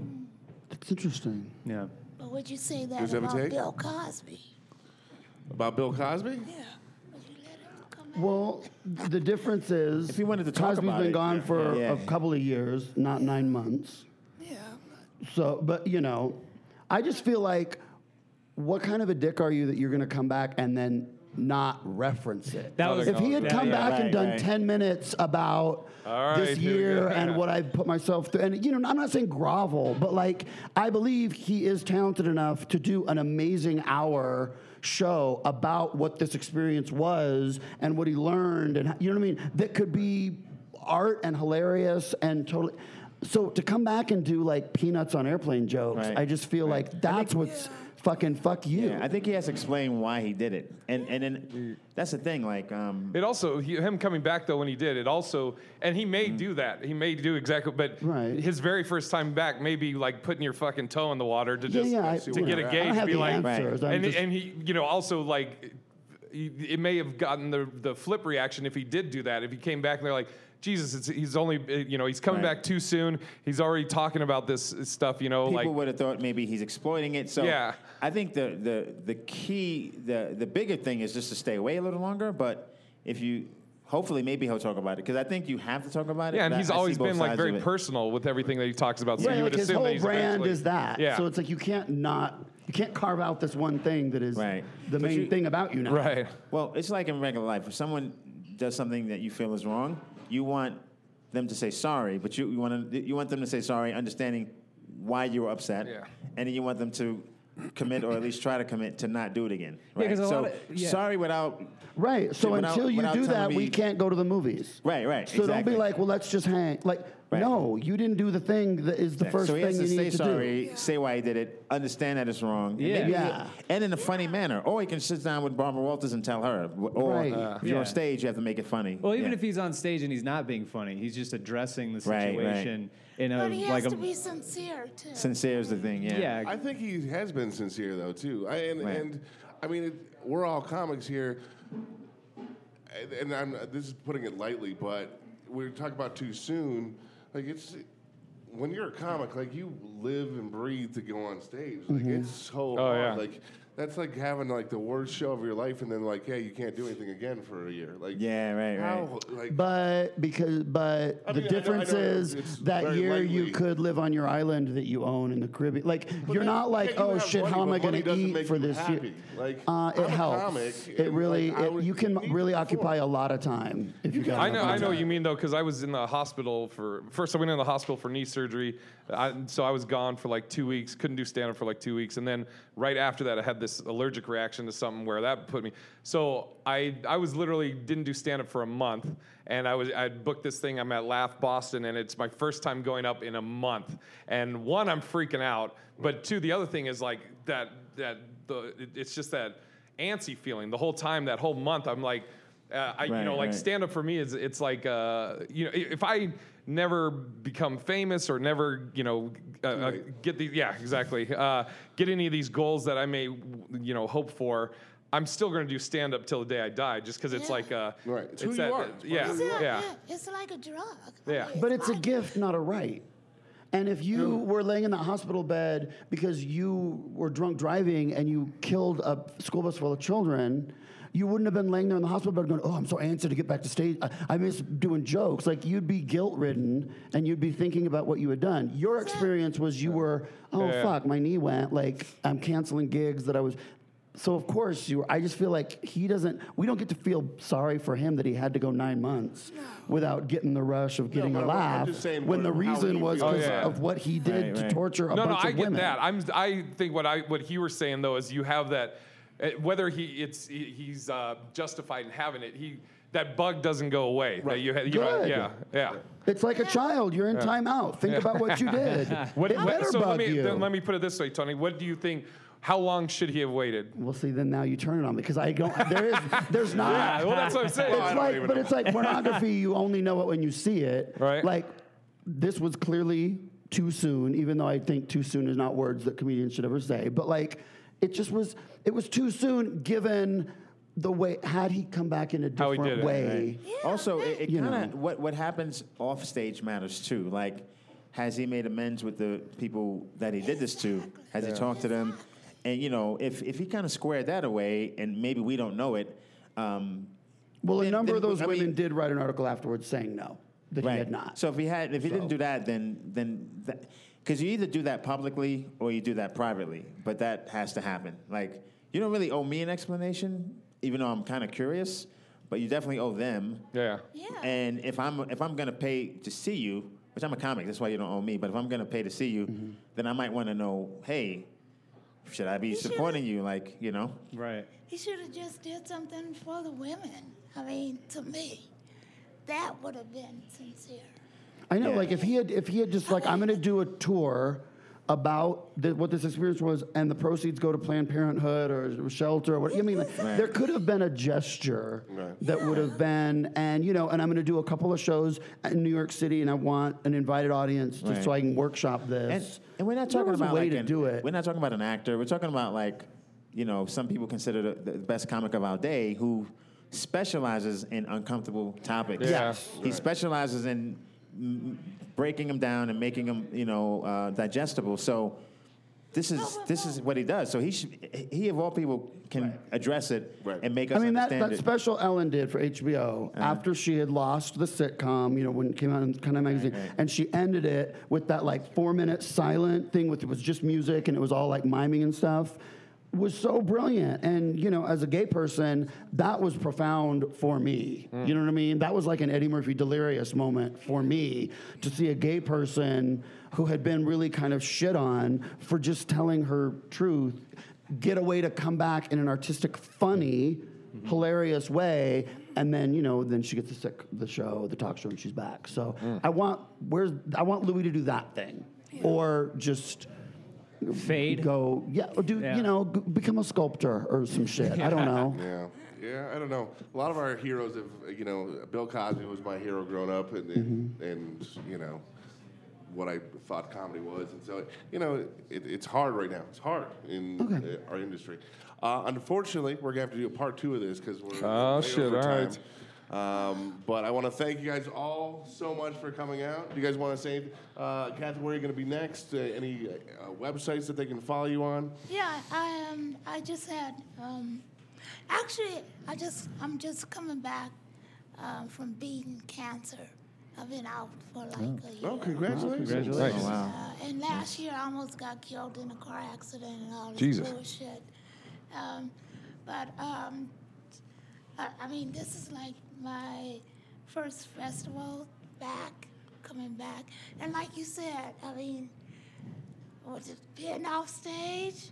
Speaker 4: it's interesting.
Speaker 6: Yeah.
Speaker 5: But would you say that
Speaker 1: Does that
Speaker 5: about
Speaker 1: take?
Speaker 5: Bill Cosby?
Speaker 1: about Bill Cosby?
Speaker 5: Yeah. Would you let him come back?
Speaker 4: Well, the difference is
Speaker 7: If you wanted to talk
Speaker 4: Cosby's
Speaker 7: about
Speaker 4: been
Speaker 7: it,
Speaker 4: gone
Speaker 7: yeah.
Speaker 4: for
Speaker 7: Yeah.
Speaker 4: a couple of years, not nine months.
Speaker 5: yeah.
Speaker 4: So, but you know, I just feel like, what kind of a dick are you that you're going to come back and then not reference it?
Speaker 6: That was-
Speaker 4: if he had
Speaker 6: Yeah,
Speaker 4: come
Speaker 6: yeah.
Speaker 4: back and
Speaker 7: Right,
Speaker 4: done
Speaker 7: right.
Speaker 4: ten minutes about
Speaker 3: All right,
Speaker 4: this
Speaker 3: here we
Speaker 4: year
Speaker 3: go.
Speaker 4: and what I've put myself through, and you know, I'm not saying grovel, but like I believe he is talented enough to do an amazing hour show about what this experience was and what he learned, and you know what I mean. That could be art and hilarious and totally. So to come back and do like peanuts on airplane jokes,
Speaker 7: Right.
Speaker 4: I just feel like that's what's fucking fuck you.
Speaker 7: Yeah, I think he has to explain why he did it. And, and then that's the thing, like, um,
Speaker 3: It also he, him coming back though when he did it also, and he may do that. He may do exactly, but
Speaker 4: Mm. Right.
Speaker 3: his very first time back may be like putting your fucking toe in the water to
Speaker 4: Yeah,
Speaker 3: just
Speaker 4: yeah, I-
Speaker 3: to get a
Speaker 4: I
Speaker 3: gauge,
Speaker 4: don't have
Speaker 3: be
Speaker 4: the
Speaker 3: like,
Speaker 4: answers, I'm
Speaker 3: and
Speaker 4: just-
Speaker 3: and he you know also like. y- it may have gotten the the flip reaction if he did do that. If he came back and they're like. Jesus, it's, he's only, uh, you know, he's coming
Speaker 7: Right.
Speaker 3: back too soon. He's already talking about this stuff, you know,
Speaker 7: People
Speaker 3: like
Speaker 7: would have thought maybe he's exploiting it. So
Speaker 3: Yeah.
Speaker 7: I think the, the the key, the the bigger thing is just to stay away a little longer. But if you, hopefully, maybe he'll talk about it because I think you have to talk about it.
Speaker 3: Yeah, and
Speaker 7: but
Speaker 3: he's
Speaker 7: I see
Speaker 3: always
Speaker 7: both
Speaker 3: been like
Speaker 7: sides of
Speaker 3: very
Speaker 7: it.
Speaker 3: personal with everything that he talks about. So
Speaker 4: yeah,
Speaker 3: you
Speaker 4: like
Speaker 3: would
Speaker 4: his
Speaker 3: assume that
Speaker 4: whole
Speaker 3: he's
Speaker 4: brand
Speaker 3: eventually-
Speaker 4: is that.
Speaker 3: Yeah.
Speaker 4: So it's like you can't not, you can't carve out this one thing that is
Speaker 7: Right.
Speaker 4: the
Speaker 7: But
Speaker 4: main
Speaker 7: you-
Speaker 4: thing about you now.
Speaker 3: right.
Speaker 7: Well, it's like in regular life. If someone does something that you feel is wrong, you want them to say sorry, but you, you want to, you want them to say sorry, understanding why you were upset,
Speaker 3: Yeah.
Speaker 7: and then you want them to commit or at least try to commit to not do it again. Right.
Speaker 6: 'cause a
Speaker 7: so
Speaker 6: lot of- yeah.
Speaker 7: sorry without.
Speaker 4: Right. So
Speaker 7: Yeah, without-
Speaker 4: until you
Speaker 7: without
Speaker 4: do that,
Speaker 7: telling
Speaker 4: we
Speaker 7: me-
Speaker 4: can't go to the movies.
Speaker 7: Right. Right.
Speaker 4: So don't
Speaker 7: exactly.
Speaker 4: be like, well, let's just hang. Like,
Speaker 7: Right.
Speaker 4: no, you didn't do the thing that is the first
Speaker 7: so he
Speaker 4: thing
Speaker 7: has
Speaker 4: you
Speaker 7: to say
Speaker 4: need to do.
Speaker 7: sorry, say why he did it, understand that it's wrong, and
Speaker 6: Yeah.
Speaker 7: maybe-
Speaker 4: Yeah.
Speaker 7: and in a funny manner. Or he can sit down with Barbara Walters and tell her. Or
Speaker 4: Right.
Speaker 7: if you're
Speaker 6: Yeah.
Speaker 7: on stage, you have to make it funny.
Speaker 6: Well, even
Speaker 7: Yeah.
Speaker 6: if he's on stage and he's not being funny, he's just addressing the
Speaker 7: Right, right.
Speaker 6: situation in a
Speaker 5: But he has
Speaker 6: like
Speaker 5: to
Speaker 6: a
Speaker 5: be sincere too.
Speaker 7: sincere is the thing,
Speaker 6: yeah.
Speaker 1: I think he has been sincere though too. I, and,
Speaker 7: Right.
Speaker 1: and I mean, it, we're all comics here, and, and I'm this is putting it lightly, but we talk about too soon. Like it's when you're a comic, like you live and breathe to go on stage. Like
Speaker 4: Mm-hmm.
Speaker 1: it's so hard.
Speaker 3: yeah.
Speaker 1: Like that's like having like the worst show of your life, and then like, hey, you can't do anything again for a year. Like
Speaker 7: Yeah, right, right.
Speaker 1: how, Like,
Speaker 4: But because, but
Speaker 1: I
Speaker 4: the
Speaker 1: mean, I know- I
Speaker 4: difference
Speaker 1: know
Speaker 4: is
Speaker 1: it's
Speaker 4: that
Speaker 1: very
Speaker 4: year
Speaker 1: likely.
Speaker 4: you could live on your island that you own in the Caribbean. Like you're
Speaker 1: But
Speaker 4: not
Speaker 1: that-
Speaker 4: like,
Speaker 1: yeah, you
Speaker 4: oh
Speaker 1: have
Speaker 4: shit,
Speaker 1: money,
Speaker 4: how am
Speaker 1: but
Speaker 4: I going
Speaker 1: money
Speaker 4: to
Speaker 1: doesn't
Speaker 4: eat
Speaker 1: make
Speaker 4: for
Speaker 1: you
Speaker 4: this
Speaker 1: happy.
Speaker 4: year?
Speaker 1: Like,
Speaker 4: uh,
Speaker 1: I'm
Speaker 4: it
Speaker 1: a
Speaker 4: helps.
Speaker 1: comic,
Speaker 4: it
Speaker 1: and,
Speaker 4: really,
Speaker 1: like, I
Speaker 4: it,
Speaker 1: would-
Speaker 4: you can
Speaker 1: you need
Speaker 4: really
Speaker 1: to
Speaker 4: occupy a lot of time if you got.
Speaker 3: I know,
Speaker 4: enough
Speaker 3: I know what
Speaker 4: money.
Speaker 3: you mean though, because I was in the hospital for first. I went in the hospital for knee surgery, I, so I was gone for like two weeks. Couldn't do stand up for like two weeks, and then right after that, I had this allergic reaction to something where that put me. So I, I was literally didn't do stand up for a month, and I was I booked this thing. I'm at Laugh Boston, and it's my first time going up in a month. And one, I'm freaking out, but two, the other thing is like that that the it- it's just that antsy feeling the whole time. That whole month, I'm like. Uh, I, you
Speaker 7: Right,
Speaker 3: know, like
Speaker 7: right.
Speaker 3: stand stand up for me is it's like uh, you know i- if I never become famous or never you know uh, uh, get the yeah exactly uh, get any of these goals that I may you know hope for. I'm still going to do stand up till the day I die, just because it's
Speaker 5: Yeah.
Speaker 3: like uh,
Speaker 1: Right. It's who you
Speaker 3: that-
Speaker 1: are. It's
Speaker 3: Yeah,
Speaker 5: It's
Speaker 3: yeah,
Speaker 5: a- It's like a drug. I
Speaker 3: Yeah.
Speaker 5: mean,
Speaker 4: But it's a
Speaker 5: like-
Speaker 4: gift, not a right. And if you were laying in that hospital bed because you were drunk driving and you killed a school bus full of children, you wouldn't have been laying there in the hospital bed going, "Oh, I'm so antsy to get back to stage. I, I miss doing jokes." Like you'd be guilt-ridden and you'd be thinking about what you had done. Your experience was you were, "Oh
Speaker 3: Yeah.
Speaker 4: fuck, my knee went. Like I'm canceling gigs that I was." So of course you. Were, I just feel like he doesn't. We don't get to feel sorry for him that he had to go nine months without getting the rush of getting
Speaker 1: but
Speaker 4: a
Speaker 1: I'm- I'm
Speaker 4: laugh
Speaker 1: just saying
Speaker 4: when
Speaker 1: for
Speaker 4: the
Speaker 1: how
Speaker 4: reason
Speaker 1: he
Speaker 4: was
Speaker 1: feels.
Speaker 4: because
Speaker 3: Oh, yeah.
Speaker 4: of what he did
Speaker 7: Right,
Speaker 4: to
Speaker 7: right.
Speaker 4: torture
Speaker 3: no,
Speaker 4: a
Speaker 3: no,
Speaker 4: bunch
Speaker 3: I
Speaker 4: of
Speaker 3: get
Speaker 4: women.
Speaker 3: that. I'm, I think what I what he was saying though is you have that, uh, whether he it's he, he's uh, justified in having it. He that bug doesn't go away. That you had, you know,
Speaker 4: Good.
Speaker 3: yeah, yeah.
Speaker 4: It's like a child. You're in timeout. Think about what you did.
Speaker 3: What,
Speaker 4: it
Speaker 3: what-
Speaker 4: better
Speaker 3: so
Speaker 4: bug
Speaker 3: let me
Speaker 4: you.
Speaker 3: then let me put it this way, Tony. What do you think? How long should he have waited?
Speaker 4: Well, see, then now you turn it on me because I don't. There is, there's not.
Speaker 3: Yeah, well, that's what I'm saying.
Speaker 4: it's like, but it's like pornography. You only know it when you see it.
Speaker 3: Right.
Speaker 4: Like, this was clearly too soon. Even though I think too soon is not words that comedians should ever say. But like, it just was. It was too soon given the way. Had he come back in a
Speaker 3: How he
Speaker 4: different
Speaker 3: did it,
Speaker 4: way.
Speaker 7: Right. also, it, it
Speaker 4: You
Speaker 7: kind of
Speaker 4: know.
Speaker 7: what what happens off stage matters too. Like, has he made amends with the people that he did this to? Has he talked to them? And you know, if if he kind of squared that away, and maybe we don't know it. Um,
Speaker 4: Well, a
Speaker 7: Then-
Speaker 4: number
Speaker 7: then
Speaker 4: of those
Speaker 7: we- I
Speaker 4: women
Speaker 7: mean-
Speaker 4: did write an article afterwards saying no, that
Speaker 7: right.
Speaker 4: he had not.
Speaker 7: So if he had, if he didn't
Speaker 4: So-
Speaker 7: do that, then then because you either do that publicly or you do that privately, but that has to happen. Like, you don't really owe me an explanation, even though I'm kind of curious. But you definitely owe them.
Speaker 3: Yeah.
Speaker 5: Yeah.
Speaker 7: And if I'm if I'm gonna pay to see you, which I'm a comic, that's why you don't owe me. But if I'm gonna pay to see you,
Speaker 4: Mm-hmm.
Speaker 7: then I might want to know, hey, should I be
Speaker 5: You should've-
Speaker 7: supporting you? Like, you know,
Speaker 6: right.
Speaker 5: He should have just did something for the women. I mean, to me, that would have been sincere.
Speaker 4: I know,
Speaker 7: Yeah.
Speaker 4: like if he had, if he had just like, I'm going to do a tour about the, what this experience was, and the proceeds go to Planned Parenthood or shelter or what. I mean, like, there could have been a gesture that would have been, and you know, and I'm going to do a couple of shows in New York City, and I want an invited audience just so
Speaker 7: Right.
Speaker 4: I can workshop
Speaker 7: and,
Speaker 4: this.
Speaker 7: and we're not
Speaker 4: There
Speaker 7: talking
Speaker 4: was
Speaker 7: about
Speaker 4: a way
Speaker 7: like
Speaker 4: to
Speaker 7: an-
Speaker 4: do it.
Speaker 7: We're not talking about an actor. We're talking about like you know, some people consider the, the best comic of our day who specializes in uncomfortable topics.
Speaker 3: Yeah. Yes.
Speaker 7: He specializes in mm, breaking them down and making them, you know, uh, digestible. So this is this is what he does. So he should, he of all people can address it
Speaker 1: Right.
Speaker 7: and make us
Speaker 4: I mean, that,
Speaker 7: understand
Speaker 4: that
Speaker 7: it.
Speaker 4: special Ellen did for HBO after she had lost the sitcom, you know, when it came out in Kind of Magazine, and she ended it with that like four minute silent thing with it was just music and it was all like miming and stuff. Was so brilliant. And, you know, as a gay person, that was profound for me. You know what I mean? That was like an Eddie Murphy delirious moment for me to see a gay person who had been really kind of shit on for just telling her truth get a way to come back in an artistic, funny, hilarious way, and then you know, then she gets the sick, the show, the talk show, and she's back. So
Speaker 9: Mm.
Speaker 4: I want where's I want Louis to do that thing, or just
Speaker 9: Fade.
Speaker 4: go yeah, or do
Speaker 9: Yeah.
Speaker 4: you know g- become a sculptor or some shit? I don't know.
Speaker 1: Yeah, yeah. I don't know. A lot of our heroes have, you know, Bill Cosby was my hero growing up, and and,
Speaker 3: Mm-hmm.
Speaker 1: and you know, what I thought comedy was, and so you know, it, it's hard right now. It's hard in
Speaker 4: Okay.
Speaker 1: uh, our industry. Uh, unfortunately, we're gonna have to do a part two of this because we're
Speaker 3: Oh,
Speaker 1: way
Speaker 3: shit,
Speaker 1: over
Speaker 3: all
Speaker 1: time.
Speaker 3: right.
Speaker 1: Um, but I want to thank you guys all so much for coming out. Do you guys want to say, uh, Kathy, where are you going to be next? Uh, any uh, websites that they can follow you on?
Speaker 10: Yeah, I um, I just had um, actually, I just I'm just coming back um, from beating cancer. I've been out for like a year.
Speaker 1: Oh, congratulations! Oh,
Speaker 3: Nice.
Speaker 10: Uh, and last year, I almost got killed in a car accident and uh, all this
Speaker 3: Jesus.
Speaker 10: bullshit. Um, but um, I, I mean, this is like my first festival back, coming back, and like you said, I mean, was it being off stage?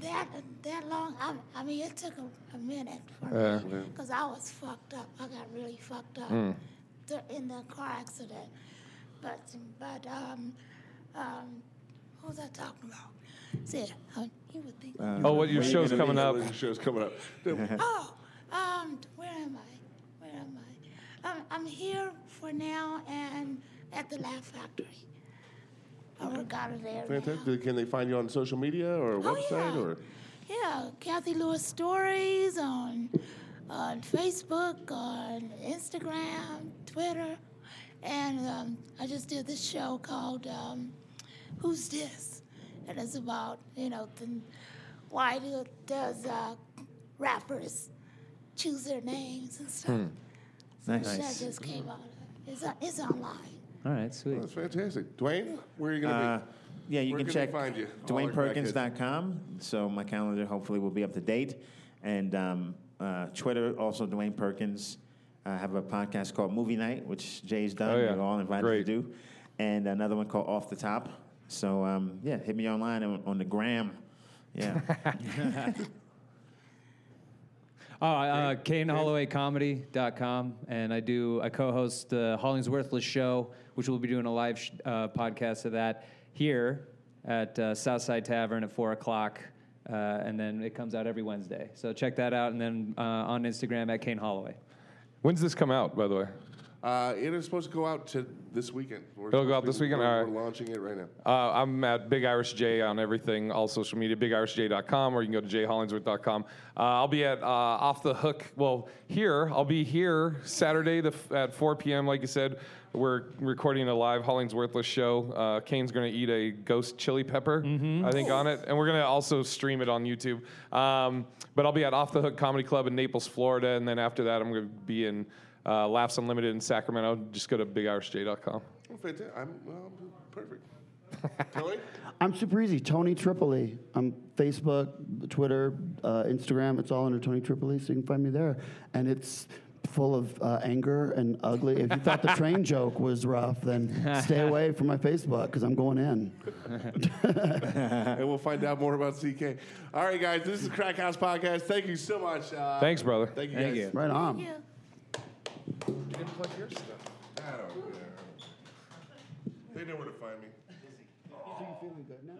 Speaker 10: That that long? I, I mean, it took a, a minute for me because I was fucked up. I got really fucked up dur- in the car accident. But but um um, who was I talking about? See, I, you would think.
Speaker 3: Oh, what your show's
Speaker 1: Gonna be-
Speaker 3: coming up?
Speaker 1: Your show's coming up.
Speaker 10: Oh, um, where am I? Where am I? Um, I'm here for now and at the Laugh Factory. I work out of there. now.
Speaker 1: Fantastic. Can they find you on social media or
Speaker 10: Oh,
Speaker 1: website
Speaker 10: yeah.
Speaker 1: or?
Speaker 10: Yeah, Kathy Lewis stories on on Facebook, on Instagram, Twitter, and um, I just did this show called um, "Who's This," and it's about you know the, why do, does uh, rappers choose their names and stuff.
Speaker 7: nice.
Speaker 10: That just came out. It's on- it's online.
Speaker 6: All right, sweet.
Speaker 1: That's fantastic. Dwayne, where are you going to
Speaker 7: Uh,
Speaker 1: be?
Speaker 7: yeah, you
Speaker 1: Where
Speaker 7: can
Speaker 1: can
Speaker 7: check
Speaker 1: they find you? All our crackheads.
Speaker 7: DwaynePerkins.com. So my calendar hopefully will be up to date. And um, uh, Twitter, also Dwayne Perkins. I have a podcast called Movie Night, which Jay's done.
Speaker 3: Oh, yeah.
Speaker 7: You're all invited
Speaker 3: Great.
Speaker 7: to do. And another one called Off the Top. So um, yeah, hit me online on, on the gram. Yeah.
Speaker 6: Oh, uh, KaneHollowayComedy.com, and I do I co-host the Hollingsworthless show, which we'll be doing a live sh- uh, podcast of that here at uh, Southside Tavern at four o'clock, uh, and then it comes out every Wednesday. So check that out, and then uh, on Instagram at Kane Holloway.
Speaker 3: When's this come out, by the way?
Speaker 1: Uh, it is supposed to go out to this weekend. We're
Speaker 3: It'll go out
Speaker 1: supposed to-
Speaker 3: this weekend?
Speaker 1: We're,
Speaker 3: All right.
Speaker 1: we're launching it right now.
Speaker 3: Uh, I'm at Big Irish J on everything, all social media, bigirishj.com, or you can go to jhollingsworth.com. Uh, I'll be at uh, Off the Hook. Well, here, I'll be here Saturday the, f- at 4 p.m., like you said. We're recording a live Hollingsworthless show. Uh, Kane's going to eat a ghost chili pepper, I think, on it. And we're going to also stream it on YouTube. Um, but I'll be at Off the Hook Comedy Club in Naples, Florida. And then after that, I'm going to be in uh, Laughs Unlimited in Sacramento. Just go to bigirishj.com.
Speaker 1: Oh, fantastic. I'm, well, I'm perfect. Tony?
Speaker 4: I'm super easy. Tony Tripoli. I'm Facebook, Twitter, uh, Instagram. It's all under Tony Tripoli, so you can find me there. And it's full of uh, anger and ugly. If you thought the train joke was rough, then stay away from my Facebook because I'm going in.
Speaker 1: and we'll find out more about CK. All right, guys, this is Crack House Podcast. Thank you so much. Uh,
Speaker 3: Thanks, brother.
Speaker 1: Thank you,
Speaker 6: Thank
Speaker 1: guys.
Speaker 6: you.
Speaker 4: Right on.
Speaker 10: Yeah.
Speaker 1: You didn't plug your stuff. I don't know. They know where to find me.
Speaker 4: So you feeling good now?